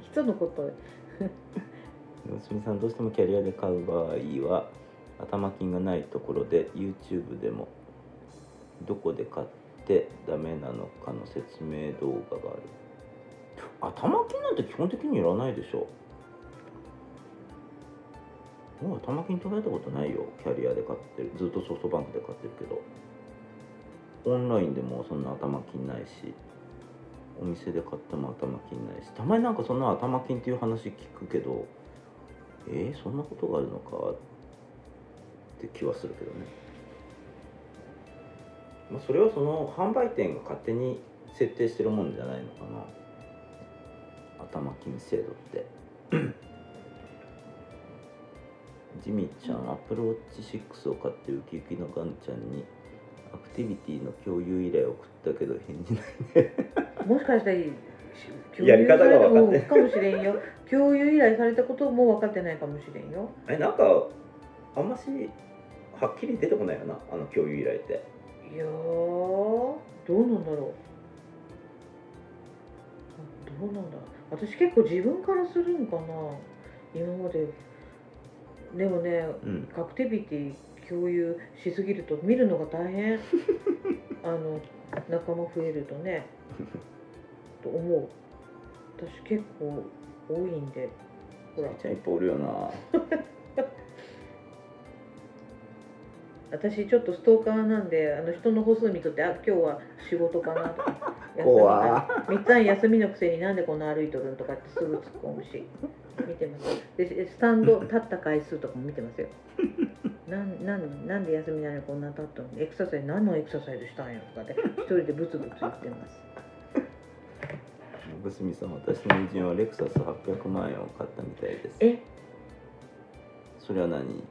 [SPEAKER 5] 人のことを
[SPEAKER 4] よしみさんどうしてもキャリアで買う場合は頭金がないところで YouTube でもどこで買ってダメなのかの説明動画がある頭金なんて基本的にいらないでしょもう頭金取られたことないよキャリアで買ってるずっとソフトバンクで買ってるけどオンラインでもそんな頭金ないしお店で買っても頭金ないしたまになんかそんな頭金っていう話聞くけどえー、そんなことがあるのかって気はするけどね、まあ、それはその販売店が勝手に設定してるもんじゃないのかな頭金制度 <clears throat> ってジミーちゃんアップルウォッチ6を買ってウキウキのガンちゃんにアクティビティの共有依頼を送ったけど返事 <laughs> ない
[SPEAKER 5] もしかしたらし
[SPEAKER 4] やり方が分かって
[SPEAKER 5] 共有されたうんかもしれんよ共有依頼されたことも分かってないかもしれんよ
[SPEAKER 4] えなんかあんましはっきり出てこないよなあの共有依頼って
[SPEAKER 5] いやーどうなんだろうあどうなんだ私結構自分からするんかな今まででもね
[SPEAKER 4] うん
[SPEAKER 5] アクティビティ共有しすぎると見るのが大変あの仲間増えるとねと思う私結構多いんでほら
[SPEAKER 4] ちゃんいっぱいおるよな
[SPEAKER 5] 私ちょっとストーカーなんであの人の歩数見とってあ今日は仕事かなとか
[SPEAKER 4] 怖
[SPEAKER 5] 休みかみっつぁん休みのくせになんでこんな歩いとるんとかってすぐ突っ込むし見てますでスタンド立った回数とかも見てますよなんなんなんで休みなのにこんな立ったのエクササイズ何のエクササイズしたんやとかで一人でブツブツ言ってます
[SPEAKER 4] ブスミさん私の友人はレクサス800万円を買ったみたいです
[SPEAKER 5] え
[SPEAKER 4] それは何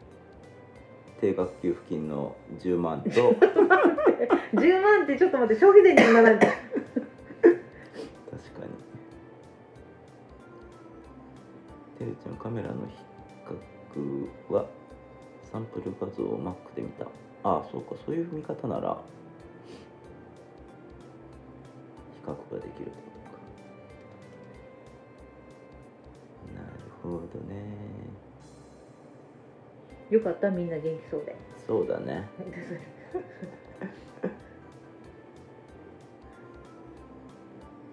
[SPEAKER 4] 定額給付金の10万と
[SPEAKER 5] 10万ってちょっと待って消費税にもならんじゃん
[SPEAKER 4] 確かにてるちゃんカメラの比較はサンプル画像を Mac で見たああそうかそういう見方なら比較ができるってことかなるほどね
[SPEAKER 5] よかったみんな元気そうで
[SPEAKER 4] そうだね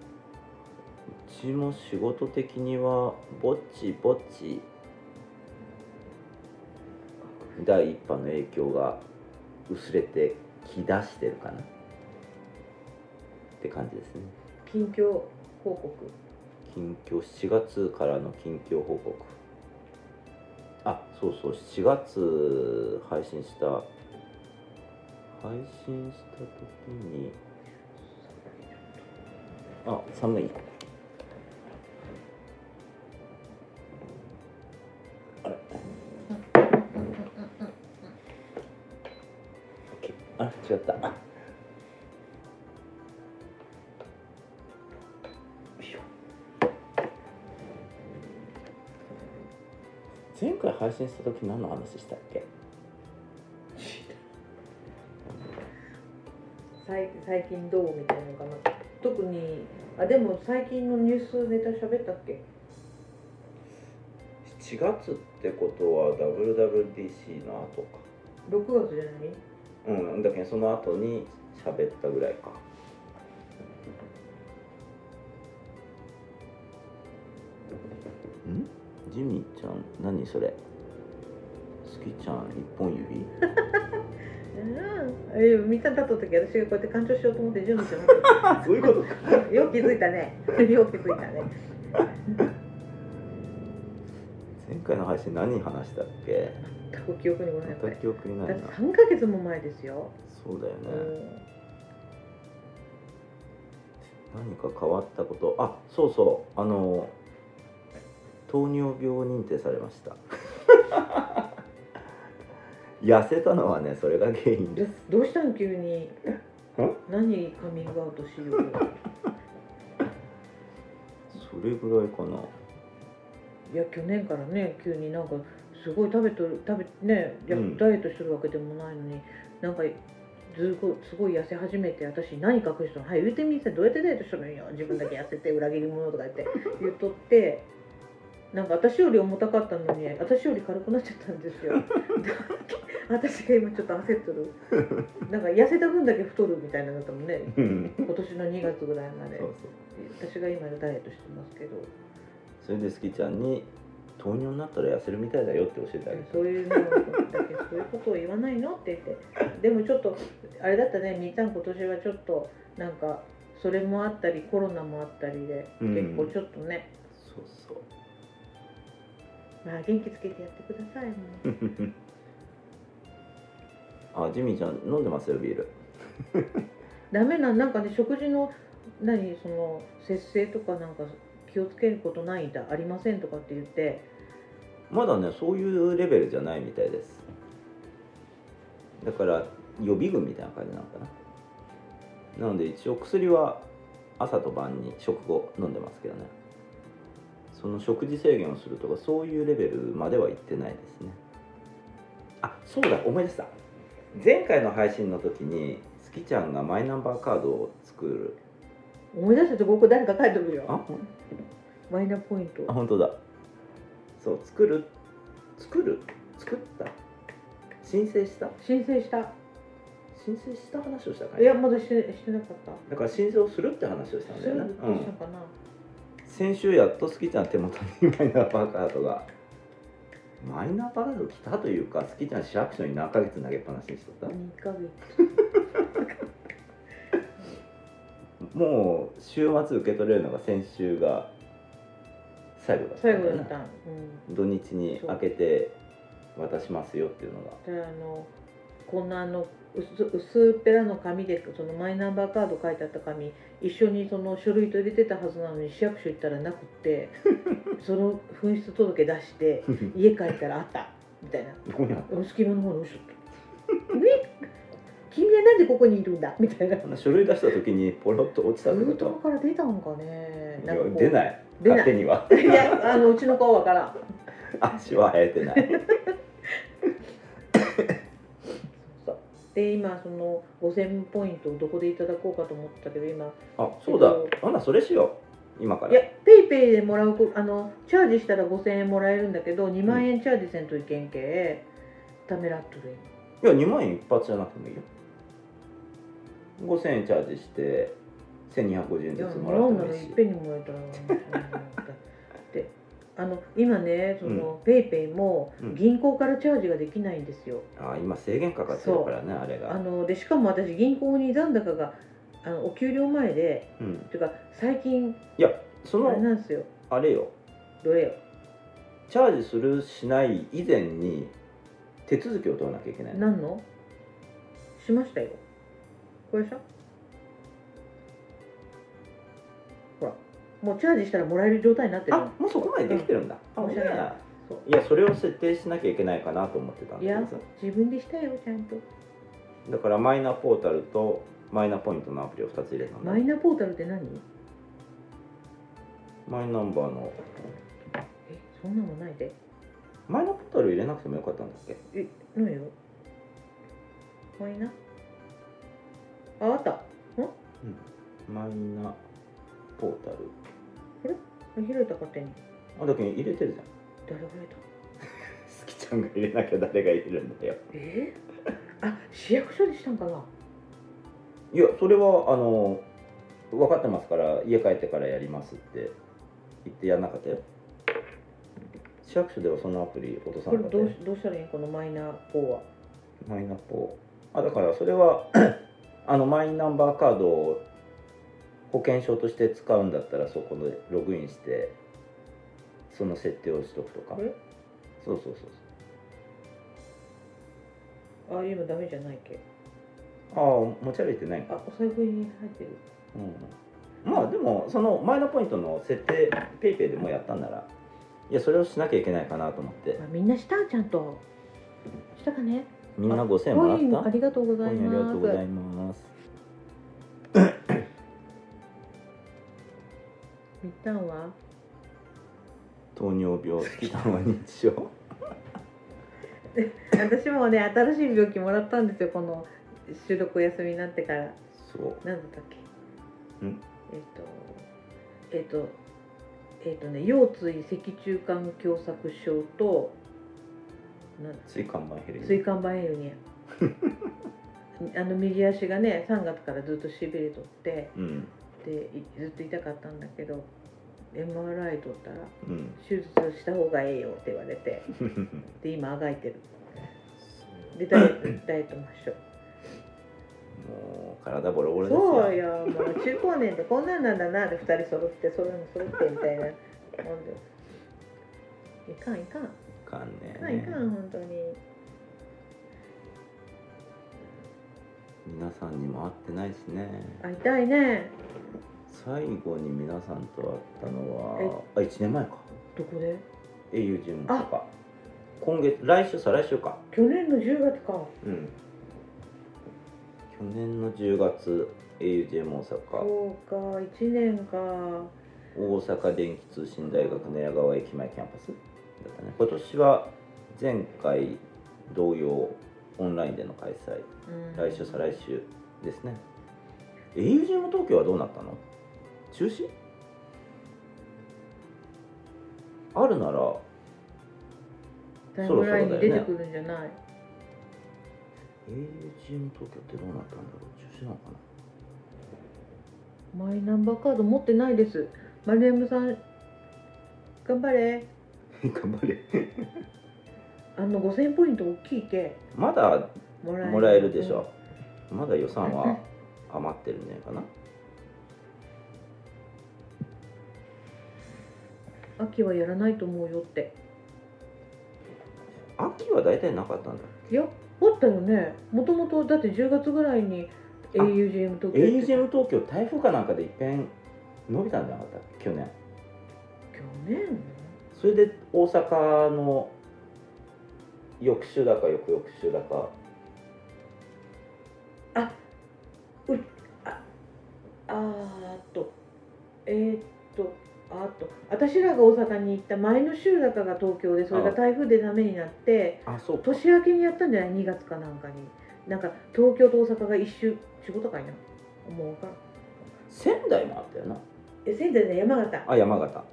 [SPEAKER 4] うちも仕事的にはぼちぼち第一波の影響が薄れてきだしてるかなって感じですね
[SPEAKER 5] 近況報告
[SPEAKER 4] 近況7月からの近況報告あそうそう7月配信した配信した時にあ寒いあれ違ったよいしょ前回配信した時何の話したっけ
[SPEAKER 5] 最最近どうみたいなのかな特にあでも最近のニュースネタ喋ったっけ
[SPEAKER 4] 7月ってことは WWDC の後か
[SPEAKER 5] 6月じゃない
[SPEAKER 4] うんだけどその後に喋ったぐらいかんジミーちゃん何それスキちゃん一本指
[SPEAKER 5] うんえみんな立っとった時私がこうやって干渉しようと思って準備してま
[SPEAKER 4] あそういうことか
[SPEAKER 5] すよう気づいたね <laughs> よう気づいたね
[SPEAKER 4] 前回の配信何話したっけ
[SPEAKER 5] 全く記憶にもないこ
[SPEAKER 4] 全
[SPEAKER 5] れ
[SPEAKER 4] く記憶にな
[SPEAKER 5] だっ
[SPEAKER 4] い
[SPEAKER 5] て
[SPEAKER 4] な
[SPEAKER 5] 3ヶ月も前ですよ、
[SPEAKER 4] そうだよ
[SPEAKER 5] う
[SPEAKER 4] ね、
[SPEAKER 5] ん、
[SPEAKER 4] 何か変わったことあそうそうあの糖尿病認定されました <laughs> 痩せたのはねそれが原因
[SPEAKER 5] で
[SPEAKER 4] です
[SPEAKER 5] どうしたん急に
[SPEAKER 4] ん
[SPEAKER 5] 何カミングアウトしよう
[SPEAKER 4] それぐらい <laughs> かない
[SPEAKER 5] や去年からね急になんかすごい食べとる食べねいや
[SPEAKER 4] うん
[SPEAKER 5] ダイエットしてるわけでもないのに、なんかずごすごい痩せ始めて私何隠したのはい言うてみてどうやってダイエットしたのよ自分だけ痩せて裏切り者とか言って言っとってなんか私より重たかったのに私より軽くなっちゃったんですよ <laughs> 私が今ちょっと焦っとるなんか痩せた分だけ太るみたいなのだったもんね
[SPEAKER 4] うん
[SPEAKER 5] 今年の2月ぐらいま
[SPEAKER 4] そう
[SPEAKER 5] で
[SPEAKER 4] そう
[SPEAKER 5] 私が今ダイエットしてますけど
[SPEAKER 4] それで好きちゃんに「糖尿になったら痩せるみたいだよ」って教えてあげた
[SPEAKER 5] そういうのだけそういうことを言わないのって言ってでもちょっとあれだったねみーちゃん今年はちょっとなんかそれもあったりコロナもあったりで
[SPEAKER 4] うん
[SPEAKER 5] 結構ちょっとね、
[SPEAKER 4] そうそう
[SPEAKER 5] まあ元気つけてやってくださいもう
[SPEAKER 4] <laughs> あジミーちゃん飲んでますよビール
[SPEAKER 5] ダメなんなんかね食事の何その節制とかなんか気をつけることないんだありませんとかって言って
[SPEAKER 4] まだねそういうレベルじゃないみたいですだから予備軍みたいな感じなのかななので一応薬は朝と晩に食後飲んでますけどねその食事制限をするとかそういうレベルまでは行ってないですねあそうだ思い出した前回の配信の時に月ちゃんがマイナンバーカードを作る
[SPEAKER 5] 思い出したとここ誰か書いておく
[SPEAKER 4] あ
[SPEAKER 5] よマイナポイント
[SPEAKER 4] あ本当だそう作る作る作った申請した
[SPEAKER 5] 申請した
[SPEAKER 4] 申請した話をしたか
[SPEAKER 5] いやまだしてしてなかった
[SPEAKER 4] だから申請をするって話をしたん
[SPEAKER 5] す
[SPEAKER 4] だよ
[SPEAKER 5] る
[SPEAKER 4] ね
[SPEAKER 5] っ、て
[SPEAKER 4] う
[SPEAKER 5] した
[SPEAKER 4] ん、
[SPEAKER 5] かな、
[SPEAKER 4] 先週やっと好きちゃん手元にマイナンバーカードがマイナーパラド来たというか好きちゃん市役所に何ヶ月投げっぱなしにしとった
[SPEAKER 5] 2ヶ月
[SPEAKER 4] もう週末受け取れるのが先週が最後だったん
[SPEAKER 5] 最
[SPEAKER 4] だ
[SPEAKER 5] 後
[SPEAKER 4] よ
[SPEAKER 5] だ
[SPEAKER 4] ね
[SPEAKER 5] ったん、うん、
[SPEAKER 4] 土日に開けて渡しますよっていうのが
[SPEAKER 5] であのこんなあの薄薄っぺらの紙でそのマイナンバーカード書いてあった紙一緒にその書類と入れてたはずなのに市役所行ったらなくって
[SPEAKER 4] <laughs>
[SPEAKER 5] その紛失届出して家帰ったらあったみたいな
[SPEAKER 4] どこにあった
[SPEAKER 5] うん隙間の方に
[SPEAKER 4] <laughs>
[SPEAKER 5] 落ちとった「ね君はなんでここにいるんだ」みたいな
[SPEAKER 4] あの書類出した時にポロッと落ちたってこ
[SPEAKER 5] 封筒
[SPEAKER 4] と
[SPEAKER 5] から出たんかね
[SPEAKER 4] いや出
[SPEAKER 5] い
[SPEAKER 4] ない
[SPEAKER 5] 出ない
[SPEAKER 4] 勝手には <laughs>
[SPEAKER 5] <laughs> いやあのうちの子はわからん
[SPEAKER 4] 足は生えて
[SPEAKER 5] <laughs>
[SPEAKER 4] ない
[SPEAKER 5] そうで今その5000ポイントをどこでいただこうかと思ったけど今
[SPEAKER 4] あそうだあんなそれしよう今か
[SPEAKER 5] いや
[SPEAKER 4] ら
[SPEAKER 5] ペイペイでもらうこあのチャージしたら5000円もらえるんだけど2万円チャージせんといけんけ、ためらっとる
[SPEAKER 4] いや2万円一発じゃなくてもいいよ5000円チャージして1250円
[SPEAKER 5] 今
[SPEAKER 4] ず
[SPEAKER 5] いや
[SPEAKER 4] つ
[SPEAKER 5] も
[SPEAKER 4] も
[SPEAKER 5] ら
[SPEAKER 4] らっ
[SPEAKER 5] う
[SPEAKER 4] ても
[SPEAKER 5] なら
[SPEAKER 4] いい
[SPEAKER 5] い
[SPEAKER 4] し
[SPEAKER 5] っぺんにもらえたらであの今ねその、ペイペイも
[SPEAKER 4] うん
[SPEAKER 5] 銀行からチャージができないんですよ、
[SPEAKER 4] あ今制限かかってるからねあれ
[SPEAKER 5] あ
[SPEAKER 4] が
[SPEAKER 5] のでしかも私銀行に残高があのお給料前で
[SPEAKER 4] うん
[SPEAKER 5] ていうか最近
[SPEAKER 4] いやそ
[SPEAKER 5] あれ
[SPEAKER 4] の
[SPEAKER 5] なんですよ
[SPEAKER 4] あれよ
[SPEAKER 5] どれよ
[SPEAKER 4] チャージするしない以前に手続きを取らなきゃいけないの
[SPEAKER 5] 何のしましたよこれでしょほらもうチャージしたらもらえる状態になってる
[SPEAKER 4] あもうそこまでできてるんだ、
[SPEAKER 5] うん
[SPEAKER 4] あ
[SPEAKER 5] 申し訳ない
[SPEAKER 4] や
[SPEAKER 5] そう
[SPEAKER 4] いやそれを設定しなきゃいけないかなと思ってたん
[SPEAKER 5] い
[SPEAKER 4] で
[SPEAKER 5] や
[SPEAKER 4] す
[SPEAKER 5] 自分でしたよちゃんと
[SPEAKER 4] だからマイナポータルとマイナポイントのアプリを2つ入れたんだ
[SPEAKER 5] マイナポータルって何
[SPEAKER 4] マイナンバーの
[SPEAKER 5] えそんなのないで
[SPEAKER 4] マイナポータル入れなくてもよかったんだっけ
[SPEAKER 5] え何よマイナああったあ
[SPEAKER 4] マイナポータル
[SPEAKER 5] 開いた勝手に
[SPEAKER 4] あだけど入れてるじゃん
[SPEAKER 5] 誰が開いた
[SPEAKER 4] 好きちゃんが入れなきゃ誰が入れるんだよ
[SPEAKER 5] えあ市役所でしたんかない
[SPEAKER 4] やそれはあの分かってますから家帰ってからやりますって言ってやんなかったよ市役所ではそのアプリ落とさ
[SPEAKER 5] こ
[SPEAKER 4] な
[SPEAKER 5] れ
[SPEAKER 4] かった
[SPEAKER 5] ど
[SPEAKER 4] よ
[SPEAKER 5] うしどうしたらいいんこのマイナポーは
[SPEAKER 4] マイナポーあだからそれは <clears throat> あのマイナンバーカードを保険証として使うんだったらそこでログインしてその設定をしとくとか
[SPEAKER 5] これ
[SPEAKER 4] そうそうそう
[SPEAKER 5] あ今ダメじゃないっけ
[SPEAKER 4] そうああ持ち歩いてないか
[SPEAKER 5] あお財布に入ってる
[SPEAKER 4] うん、まあでもそのマイナポイントの設定ペイペイでもうやったんならいやそれをしなきゃいけないかなと思って
[SPEAKER 5] あみんなしたちゃんとしたかね
[SPEAKER 4] みんな
[SPEAKER 5] あ
[SPEAKER 4] 5000円もら
[SPEAKER 5] コイン
[SPEAKER 4] っ
[SPEAKER 5] あ
[SPEAKER 4] た
[SPEAKER 5] りがとうござ
[SPEAKER 4] コ
[SPEAKER 5] い
[SPEAKER 4] インありがとうござい
[SPEAKER 5] ま
[SPEAKER 4] ます
[SPEAKER 5] すみったんは
[SPEAKER 4] 糖尿病好きなのは認知症
[SPEAKER 5] 私もね新しい病気もらったんですよこの収録お休みになってから
[SPEAKER 4] そう
[SPEAKER 5] 何だったっけ
[SPEAKER 4] ん
[SPEAKER 5] えっ、とえっ、とえっ、とね腰椎脊柱管狭窄症となん
[SPEAKER 4] 椎間板ヘルニア
[SPEAKER 5] 椎間板ヘル
[SPEAKER 4] <laughs>
[SPEAKER 5] ニアあの右足がね3月からずっとしびれとって
[SPEAKER 4] うん
[SPEAKER 5] でいずっと痛かったんだけど MRI 取ったら
[SPEAKER 4] うん
[SPEAKER 5] 手術した方がええよって言われてで今あがいてるでダイエッ <coughs> トダイエットもしょ
[SPEAKER 4] もう体ボロボロですよ
[SPEAKER 5] そうよもう中高年ってこんなんなんだなで2人揃ってそれも揃ってみたいなもんでいかんいかんい
[SPEAKER 4] いかんね
[SPEAKER 5] かんいかん本当に
[SPEAKER 4] 皆さんにも会ってないしね
[SPEAKER 5] 会いたいね
[SPEAKER 4] 最後に皆さんと会ったのはあ1年前か
[SPEAKER 5] どこで
[SPEAKER 4] え友人とか今月来週再来週か
[SPEAKER 5] 去年の10月か
[SPEAKER 4] うん去年の10月 AUJM 大阪
[SPEAKER 5] そうか1年か
[SPEAKER 4] 大阪電気通信大学の矢川駅前キャンパスだったね今年は前回同様オンラインでの開催
[SPEAKER 5] うん
[SPEAKER 4] 来週再来週ですね AUJM 東京はどうなったの中止あるなら
[SPEAKER 5] タイムラインに出てくるんじゃない
[SPEAKER 4] AUGM 東京ってどうなったんだろう中止なのかな
[SPEAKER 5] マイナンバーカード持ってないです。 <laughs> 丸山さん、頑張れ。
[SPEAKER 4] 頑張れ
[SPEAKER 5] あの5000ポイント大きいけ
[SPEAKER 4] まだ
[SPEAKER 5] もらえる
[SPEAKER 4] もらえるでしょ、まだ予算
[SPEAKER 5] <laughs>
[SPEAKER 4] は余ってるんじゃないかな
[SPEAKER 5] 秋はやらないと思うよって
[SPEAKER 4] 秋は大体なかったんだ
[SPEAKER 5] いやおったよねもともとだって10月ぐらいに augm 東京
[SPEAKER 4] AUGM 東京台風かなんかでいっぺん伸びたんじゃなかったっけ去年
[SPEAKER 5] 去年
[SPEAKER 4] それで大阪の翌週だか翌々週だか
[SPEAKER 5] あーっとえー、っとあーっと私らが大阪に行った前の週だかが東京でそれが台風でダメになって
[SPEAKER 4] あそうか
[SPEAKER 5] 年明けにやったんじゃない2月かなんかになんか東京と大阪が一周仕事かいな思うかん
[SPEAKER 4] 仙台もあったよな
[SPEAKER 5] え仙台で山形
[SPEAKER 4] あ山形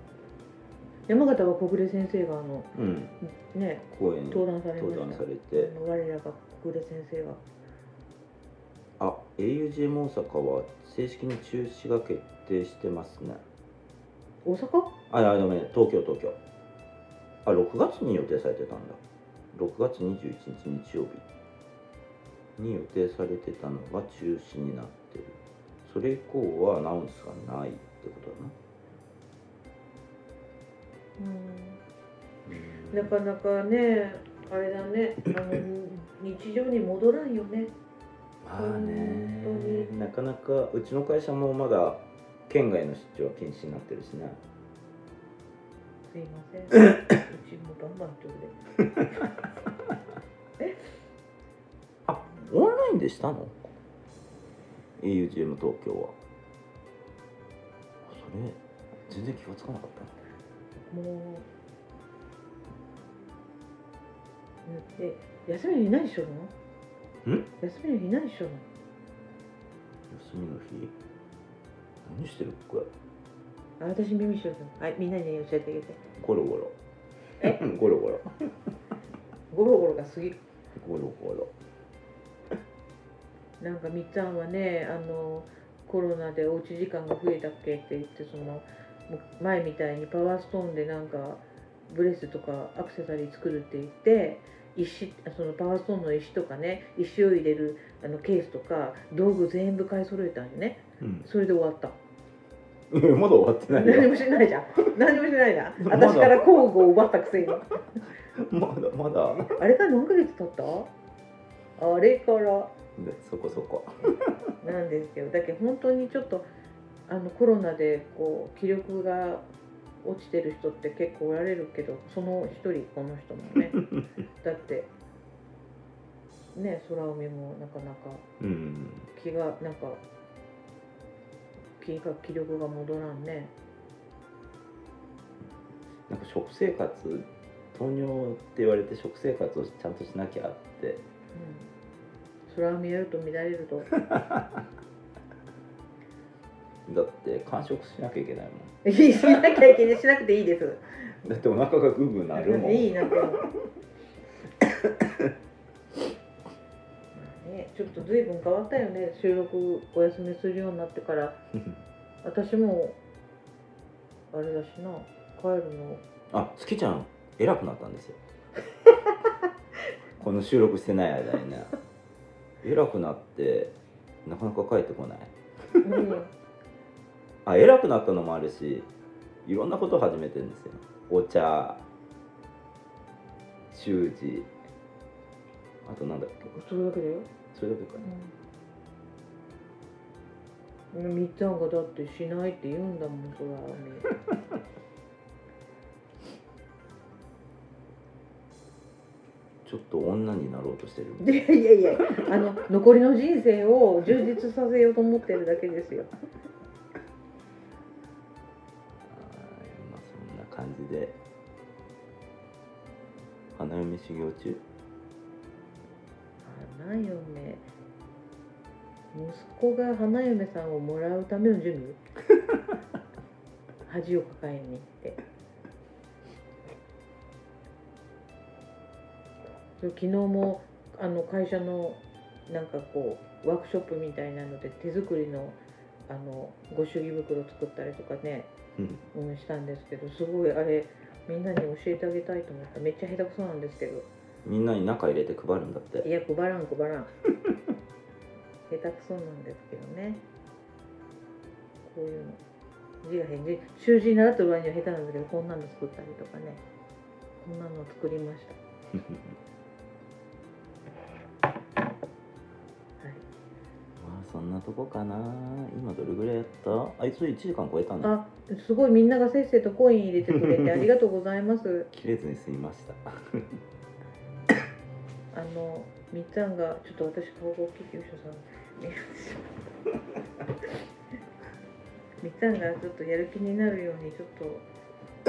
[SPEAKER 5] 山形は小暮先生があの
[SPEAKER 4] うん
[SPEAKER 5] ね
[SPEAKER 4] 公園に
[SPEAKER 5] 登壇されま
[SPEAKER 4] 登壇
[SPEAKER 5] した
[SPEAKER 4] されて
[SPEAKER 5] あの我らが小暮先生が
[SPEAKER 4] あ AUGM 大阪は正式に中止が決定してますね
[SPEAKER 5] 大阪
[SPEAKER 4] ああごめん東京東京あ6月に予定されてたんだ6月21日日曜日に予定されてたのが中止になってるそれ以降はアナウンスがないってことだな
[SPEAKER 5] うんなかなかねあれだねあの日常に戻らんよね
[SPEAKER 4] まあ
[SPEAKER 5] 本当に
[SPEAKER 4] ねなかなかうちの会社もまだ県外の出張は禁止になってるしね
[SPEAKER 5] すいま
[SPEAKER 4] <laughs>
[SPEAKER 5] せんうちもバンバンとるで
[SPEAKER 4] あオンラインでしたの ?augm 東京はあそれ全然気がつかなかったな
[SPEAKER 5] もうえ休みの日何しょるの
[SPEAKER 4] ん
[SPEAKER 5] 休みの日何しょるの
[SPEAKER 4] 休みの日何してるこれ
[SPEAKER 5] あ私耳しょるのはいみんなにね教えてあげて
[SPEAKER 4] ゴロゴ <laughs> ロゴロゴロ
[SPEAKER 5] ゴロゴロが過ぎ
[SPEAKER 4] ゴロゴロ
[SPEAKER 5] なんかみっちゃんはねあのコロナでおうち時間が増えたっけって言ってそのもう前みたいにパワーストーンでなんかブレスとかアクセサリー作るって言って石そのパワーストーンの石とかね石を入れるあのケースとか道具全部買い揃えたんよね
[SPEAKER 4] うん
[SPEAKER 5] それで終わった
[SPEAKER 4] いや <laughs> まだ終わってない
[SPEAKER 5] 何
[SPEAKER 4] よ
[SPEAKER 5] もしてないじゃん何もしてないな
[SPEAKER 4] まだ
[SPEAKER 5] 私から工具を奪ったくせに
[SPEAKER 4] まだまだ
[SPEAKER 5] あれから何ヶ月経ったあれから
[SPEAKER 4] でそこそこ
[SPEAKER 5] なんですけどだけど本当にちょっとあのコロナでこう気力が落ちてる人って結構おられるけどその一人この人も
[SPEAKER 4] <laughs>
[SPEAKER 5] ねだってね空海もなかなか
[SPEAKER 4] うん
[SPEAKER 5] 気がなんか気が気力が戻らんね
[SPEAKER 4] なんか食生活糖尿って言われて食生活をちゃんとしなきゃって
[SPEAKER 5] うん空海やると乱れると
[SPEAKER 4] だって完食しなきゃいけないもん
[SPEAKER 5] いいしなきゃいけないしなくていいです
[SPEAKER 4] <laughs> だってお腹がグーグーなるもん
[SPEAKER 5] いい <laughs> なんかまあねちょっと随分変わったよね収録お休みするようになってから私もあれだしな帰るの
[SPEAKER 4] あ月ちゃん偉くなったん <laughs> ですよこの収録してない間にね偉くなってなかなか帰ってこない
[SPEAKER 5] うん
[SPEAKER 4] あ偉くなったのもあるしいろんなことを始めてるんですよお茶習字あとなんだっけ
[SPEAKER 5] それだけだよ、
[SPEAKER 4] それだけかな
[SPEAKER 5] うん、みっちゃんがだってしないって言うんだもんそれは <laughs>
[SPEAKER 4] ちょっと女になろうとしてる
[SPEAKER 5] いやいやいやあの残りの人生を充実させようと思ってるだけですよ
[SPEAKER 4] あーまあそんな感じで花嫁修行中
[SPEAKER 5] 花嫁息子が花嫁さんをもらうための準備恥を抱えに行ってそう昨日もあの会社のなんかこうワークショップみたいなので手作りのあのご祝儀袋作ったりとかね、
[SPEAKER 4] うん
[SPEAKER 5] うん、したんですけどすごいあれみんなに教えてあげたいと思っためっちゃ下手くそなんですけど
[SPEAKER 4] みんなに中入れて配るんだっ
[SPEAKER 5] い
[SPEAKER 4] て
[SPEAKER 5] や、配らん、配らん。 <laughs> 下手くそなんですけどね。こういうの。字が変字、習字習ってる割には下手なんだけど、こんなの作ったりとかね。こんなの作りました。はい。
[SPEAKER 4] まあそんなとこかな今どれぐらいやったあいつ1時間超えたね
[SPEAKER 5] あ、すごいみんながせっせとコイン入れてくれてありがとうございます。
[SPEAKER 4] 切れずに済みました
[SPEAKER 5] あの、みっちゃんが、ちょっと私、高校救急車さん見えます。みっちゃんがちょっとやる気になるように、ちょっと。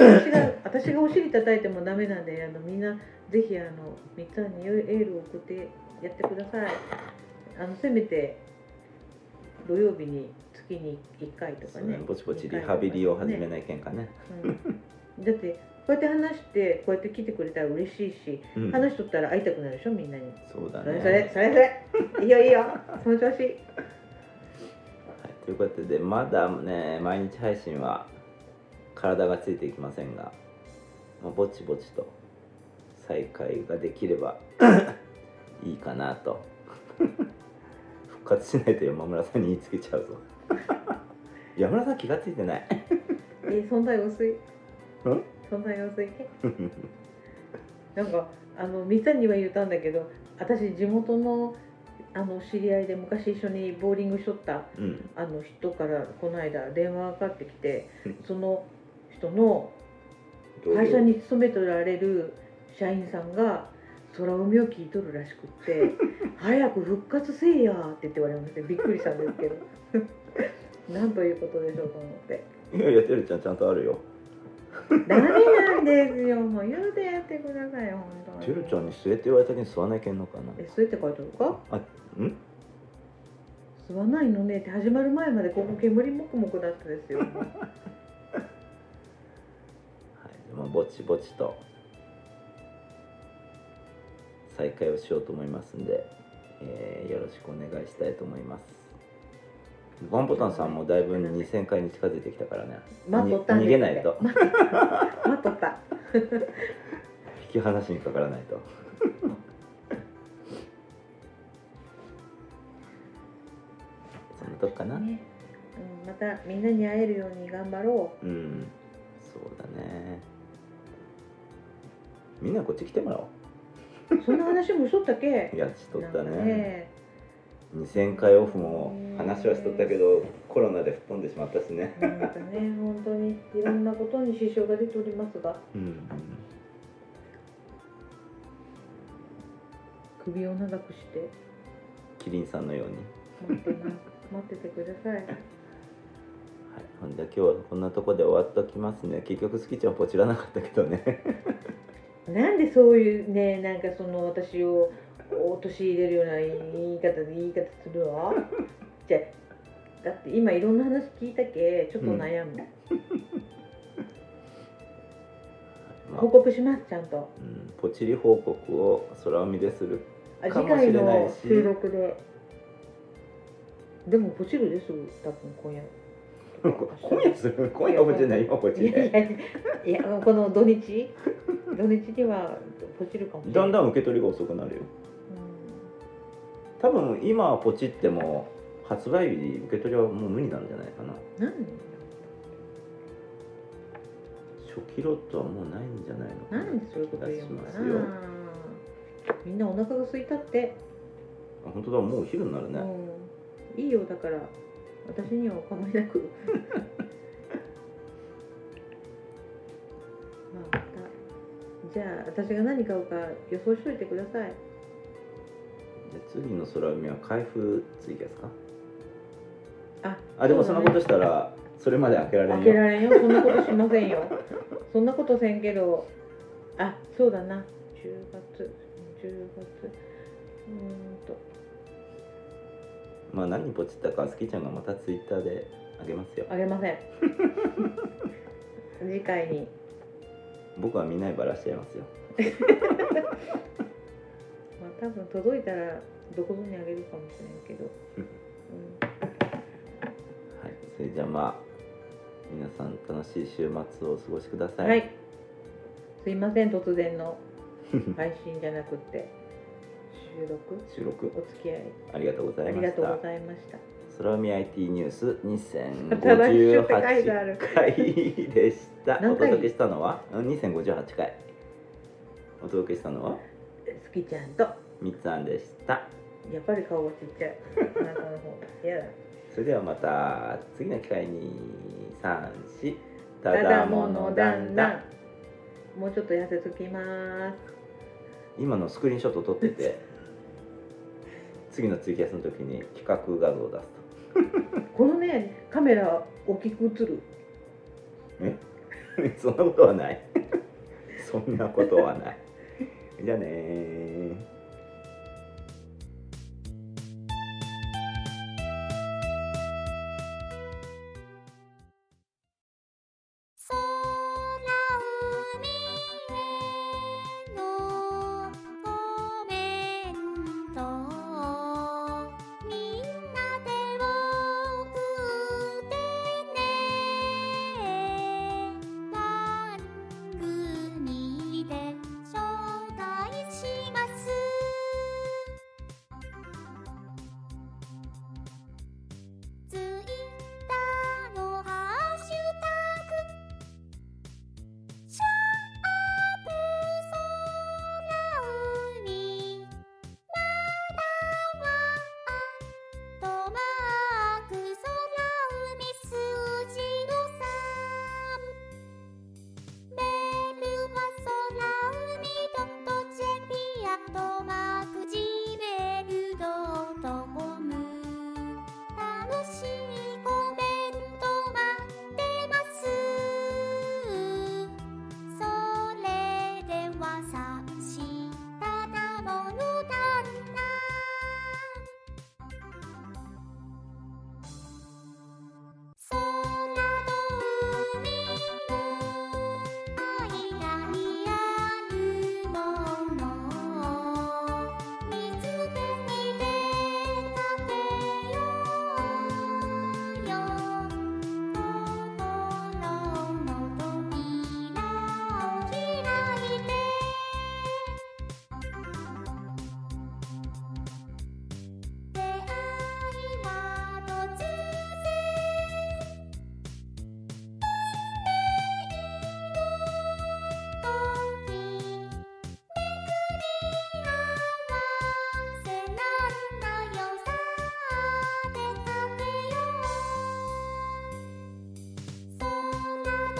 [SPEAKER 4] <laughs>
[SPEAKER 5] 私が、私がお尻叩いてもダメなんで、あの、みんな、ぜひ、あの、みっちゃんにエールを送って、やってください。あの、せめて。土曜日に、月に一回とか
[SPEAKER 4] そうね
[SPEAKER 5] ね。
[SPEAKER 4] ぼちぼちリハビリを始め
[SPEAKER 5] い。
[SPEAKER 4] ないけんかね
[SPEAKER 5] うん、だって、こうやって話して、こうやって来てくれたら嬉しいし、
[SPEAKER 4] うん
[SPEAKER 5] 話しとったら会いたくなるでしょ、みんなに。
[SPEAKER 4] そうだ
[SPEAKER 5] それ
[SPEAKER 4] ね
[SPEAKER 5] それそれそれい <laughs> いよいいよその調子
[SPEAKER 4] はいということでまだね毎日配信は体がついていきませんが、まあ、ぼちぼちと再開ができれば <coughs> いいかなと <laughs> 復活しないと山村さんに言いつけちゃうぞ <laughs> 山村さん気がついてない <laughs>
[SPEAKER 5] え存在が薄い存在が薄いなんかあのみっちゃんには言ったんだけど私地元のあの知り合いで昔一緒にボーリングしとった
[SPEAKER 4] うん
[SPEAKER 5] あの人からこの間電話がかかってきてその人の会社に勤めておられる社員さんが空海を聞いとるらしくって「早く復活せいや」って言って言われましてびっくりしたんですけど <laughs> なんということでしょうと思って。
[SPEAKER 4] いやいやてるちゃんちゃんとあるよ
[SPEAKER 5] ダメなんですよ。もう言うてやってください、本当
[SPEAKER 4] て
[SPEAKER 5] に。
[SPEAKER 4] るちゃんに据えって言われたけに吸わないけんのかな
[SPEAKER 5] え、そうやって書いてあるか
[SPEAKER 4] あん
[SPEAKER 5] 吸わないのねって始まる前までここ煙もくもくだった <laughs> ですよ。
[SPEAKER 4] はい、まあ、ぼちぼちと再開をしようと思いますんで、えーよろしくお願いしたいと思いますワンボタンさんもだいぶ2000回に近づいてきたからね
[SPEAKER 5] 待っとったんです、ね、
[SPEAKER 4] 逃げないと
[SPEAKER 5] 待っとった。待っとった。
[SPEAKER 4] 引き離しにかから
[SPEAKER 5] <laughs>
[SPEAKER 4] ないとそんなとこかな
[SPEAKER 5] ねうん、またみんなに会えるように頑張ろ
[SPEAKER 4] うんそうだねみんなこっち来てもらお
[SPEAKER 5] う。そんな話もしとったけ
[SPEAKER 4] うい。やしとった
[SPEAKER 5] なんかね。
[SPEAKER 4] 2000回オフも話はしとったけどコロナで吹っ飛んでしまったしね
[SPEAKER 5] なんかね、本当にいろんなことに支障が出ておりますが、
[SPEAKER 4] うん
[SPEAKER 5] 首を長くして
[SPEAKER 4] キリンさんのように、
[SPEAKER 5] 待って <laughs> ます。待っててください。
[SPEAKER 4] はい、ほんで今日はこんなとこで終わっときますね結局スキちゃんポチらなかったけどね
[SPEAKER 5] なんでそういうねなんかその私を陥れるような言い方で言い方す
[SPEAKER 4] <laughs>
[SPEAKER 5] るわじゃあだって今いろんな話聞いたけちょっと悩む、
[SPEAKER 4] まあ
[SPEAKER 5] 報告し <laughs> ますちゃんと
[SPEAKER 4] うん、ポチリ報告を空海です
[SPEAKER 5] <laughs>
[SPEAKER 4] る
[SPEAKER 5] あ
[SPEAKER 4] か
[SPEAKER 5] 次
[SPEAKER 4] もし
[SPEAKER 5] 回
[SPEAKER 4] れない
[SPEAKER 5] の
[SPEAKER 4] し
[SPEAKER 5] 収録ででもポチるですぐ多分今夜
[SPEAKER 4] <laughs> 今夜する <laughs> 今夜かもしれない今ポチ
[SPEAKER 5] いやい
[SPEAKER 4] リ
[SPEAKER 5] やいやいやこの土日土日にはポチるかもしれな
[SPEAKER 4] だ
[SPEAKER 5] い
[SPEAKER 4] んだん受け取りが遅くなるよ多分今ポチっても発売日受け取りはもう無理なんじゃないかな
[SPEAKER 5] うん、なん
[SPEAKER 4] 初期ロットはもうないんじゃないのか
[SPEAKER 5] なんでそういうこと言うの
[SPEAKER 4] 気が
[SPEAKER 5] か
[SPEAKER 4] し
[SPEAKER 5] な
[SPEAKER 4] ますよ
[SPEAKER 5] みんなお腹が空いたって、
[SPEAKER 4] あ本当だもうお昼になるね、
[SPEAKER 5] うんいいよだから私にはお構いなく <laughs> まあまたじゃあ私が何買うか予想しといてください
[SPEAKER 4] じゃあ次の空海は開封ツイキャスか
[SPEAKER 5] あ
[SPEAKER 4] あでもそ
[SPEAKER 5] うん
[SPEAKER 4] なことしたらそれまで開けられん
[SPEAKER 5] 開け
[SPEAKER 4] よ
[SPEAKER 5] られんよそんなことしませんよ <laughs> そんなことせんけどあそうだな10月10月うーんと
[SPEAKER 4] まあ何ポチったかスキちゃんがまたツイッターであげますよ
[SPEAKER 5] あげません <laughs> 次回に
[SPEAKER 4] 僕は見ないばらしちゃいますよ
[SPEAKER 5] まあ多分届いたらどこぞにあげるかもしれんけど、うん、
[SPEAKER 4] はいそれじゃあまあ皆さん楽しい週末をお過ごしください、 <laughs>
[SPEAKER 5] はいすいません突然の配信じゃなくって収録
[SPEAKER 4] 収録
[SPEAKER 5] お付き合い
[SPEAKER 4] ありがとうござ
[SPEAKER 5] あ
[SPEAKER 4] い
[SPEAKER 5] り
[SPEAKER 4] ま
[SPEAKER 5] が
[SPEAKER 4] し
[SPEAKER 5] とう
[SPEAKER 4] た
[SPEAKER 5] ございました
[SPEAKER 4] 空見 IT ニュース
[SPEAKER 5] 新しいって書いてあ
[SPEAKER 4] 2058
[SPEAKER 5] る
[SPEAKER 4] 回でしたお
[SPEAKER 5] 何回
[SPEAKER 4] 届けしたのはうん2058回お届けしたのは
[SPEAKER 5] 好きちゃんと
[SPEAKER 4] みっつあんでした
[SPEAKER 5] やっぱり顔がちっちゃいお腹の方やだ
[SPEAKER 4] それではまた次の機会に34た
[SPEAKER 5] た
[SPEAKER 4] だ
[SPEAKER 5] だ
[SPEAKER 4] も
[SPEAKER 5] も
[SPEAKER 4] の
[SPEAKER 5] の
[SPEAKER 4] だ
[SPEAKER 5] だ
[SPEAKER 4] ん
[SPEAKER 5] ん
[SPEAKER 4] だ
[SPEAKER 5] だ
[SPEAKER 4] ん
[SPEAKER 5] んもうちょっと痩せときます
[SPEAKER 4] 今のスクリーンショット撮って <laughs> て次のツイキャスの時に企画画像を出すと
[SPEAKER 5] このねカメラ大きく映る
[SPEAKER 4] えそんなこと <laughs> はないそんなことはないじゃあねー
[SPEAKER 6] 空海へのコメントみんなで送ってね番組で紹介しますツイッターのハッシュタグシャープ空海まだはアットマーク空海数字の3メールは空海 .jp アットマーク gmail.com 楽しいコメント待ってますそれではさしただものだんだ空の海の愛にあるもの水辺に出かけようよ心の扉を開いて出会いは突然運命の時巡り合わせなんだよさあ出かけよう空の海の愛ありありあるもの水辺に出かけようよ心の扉を開いて出会いは突然運命の時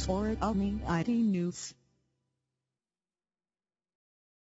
[SPEAKER 3] Foreign Owning ID News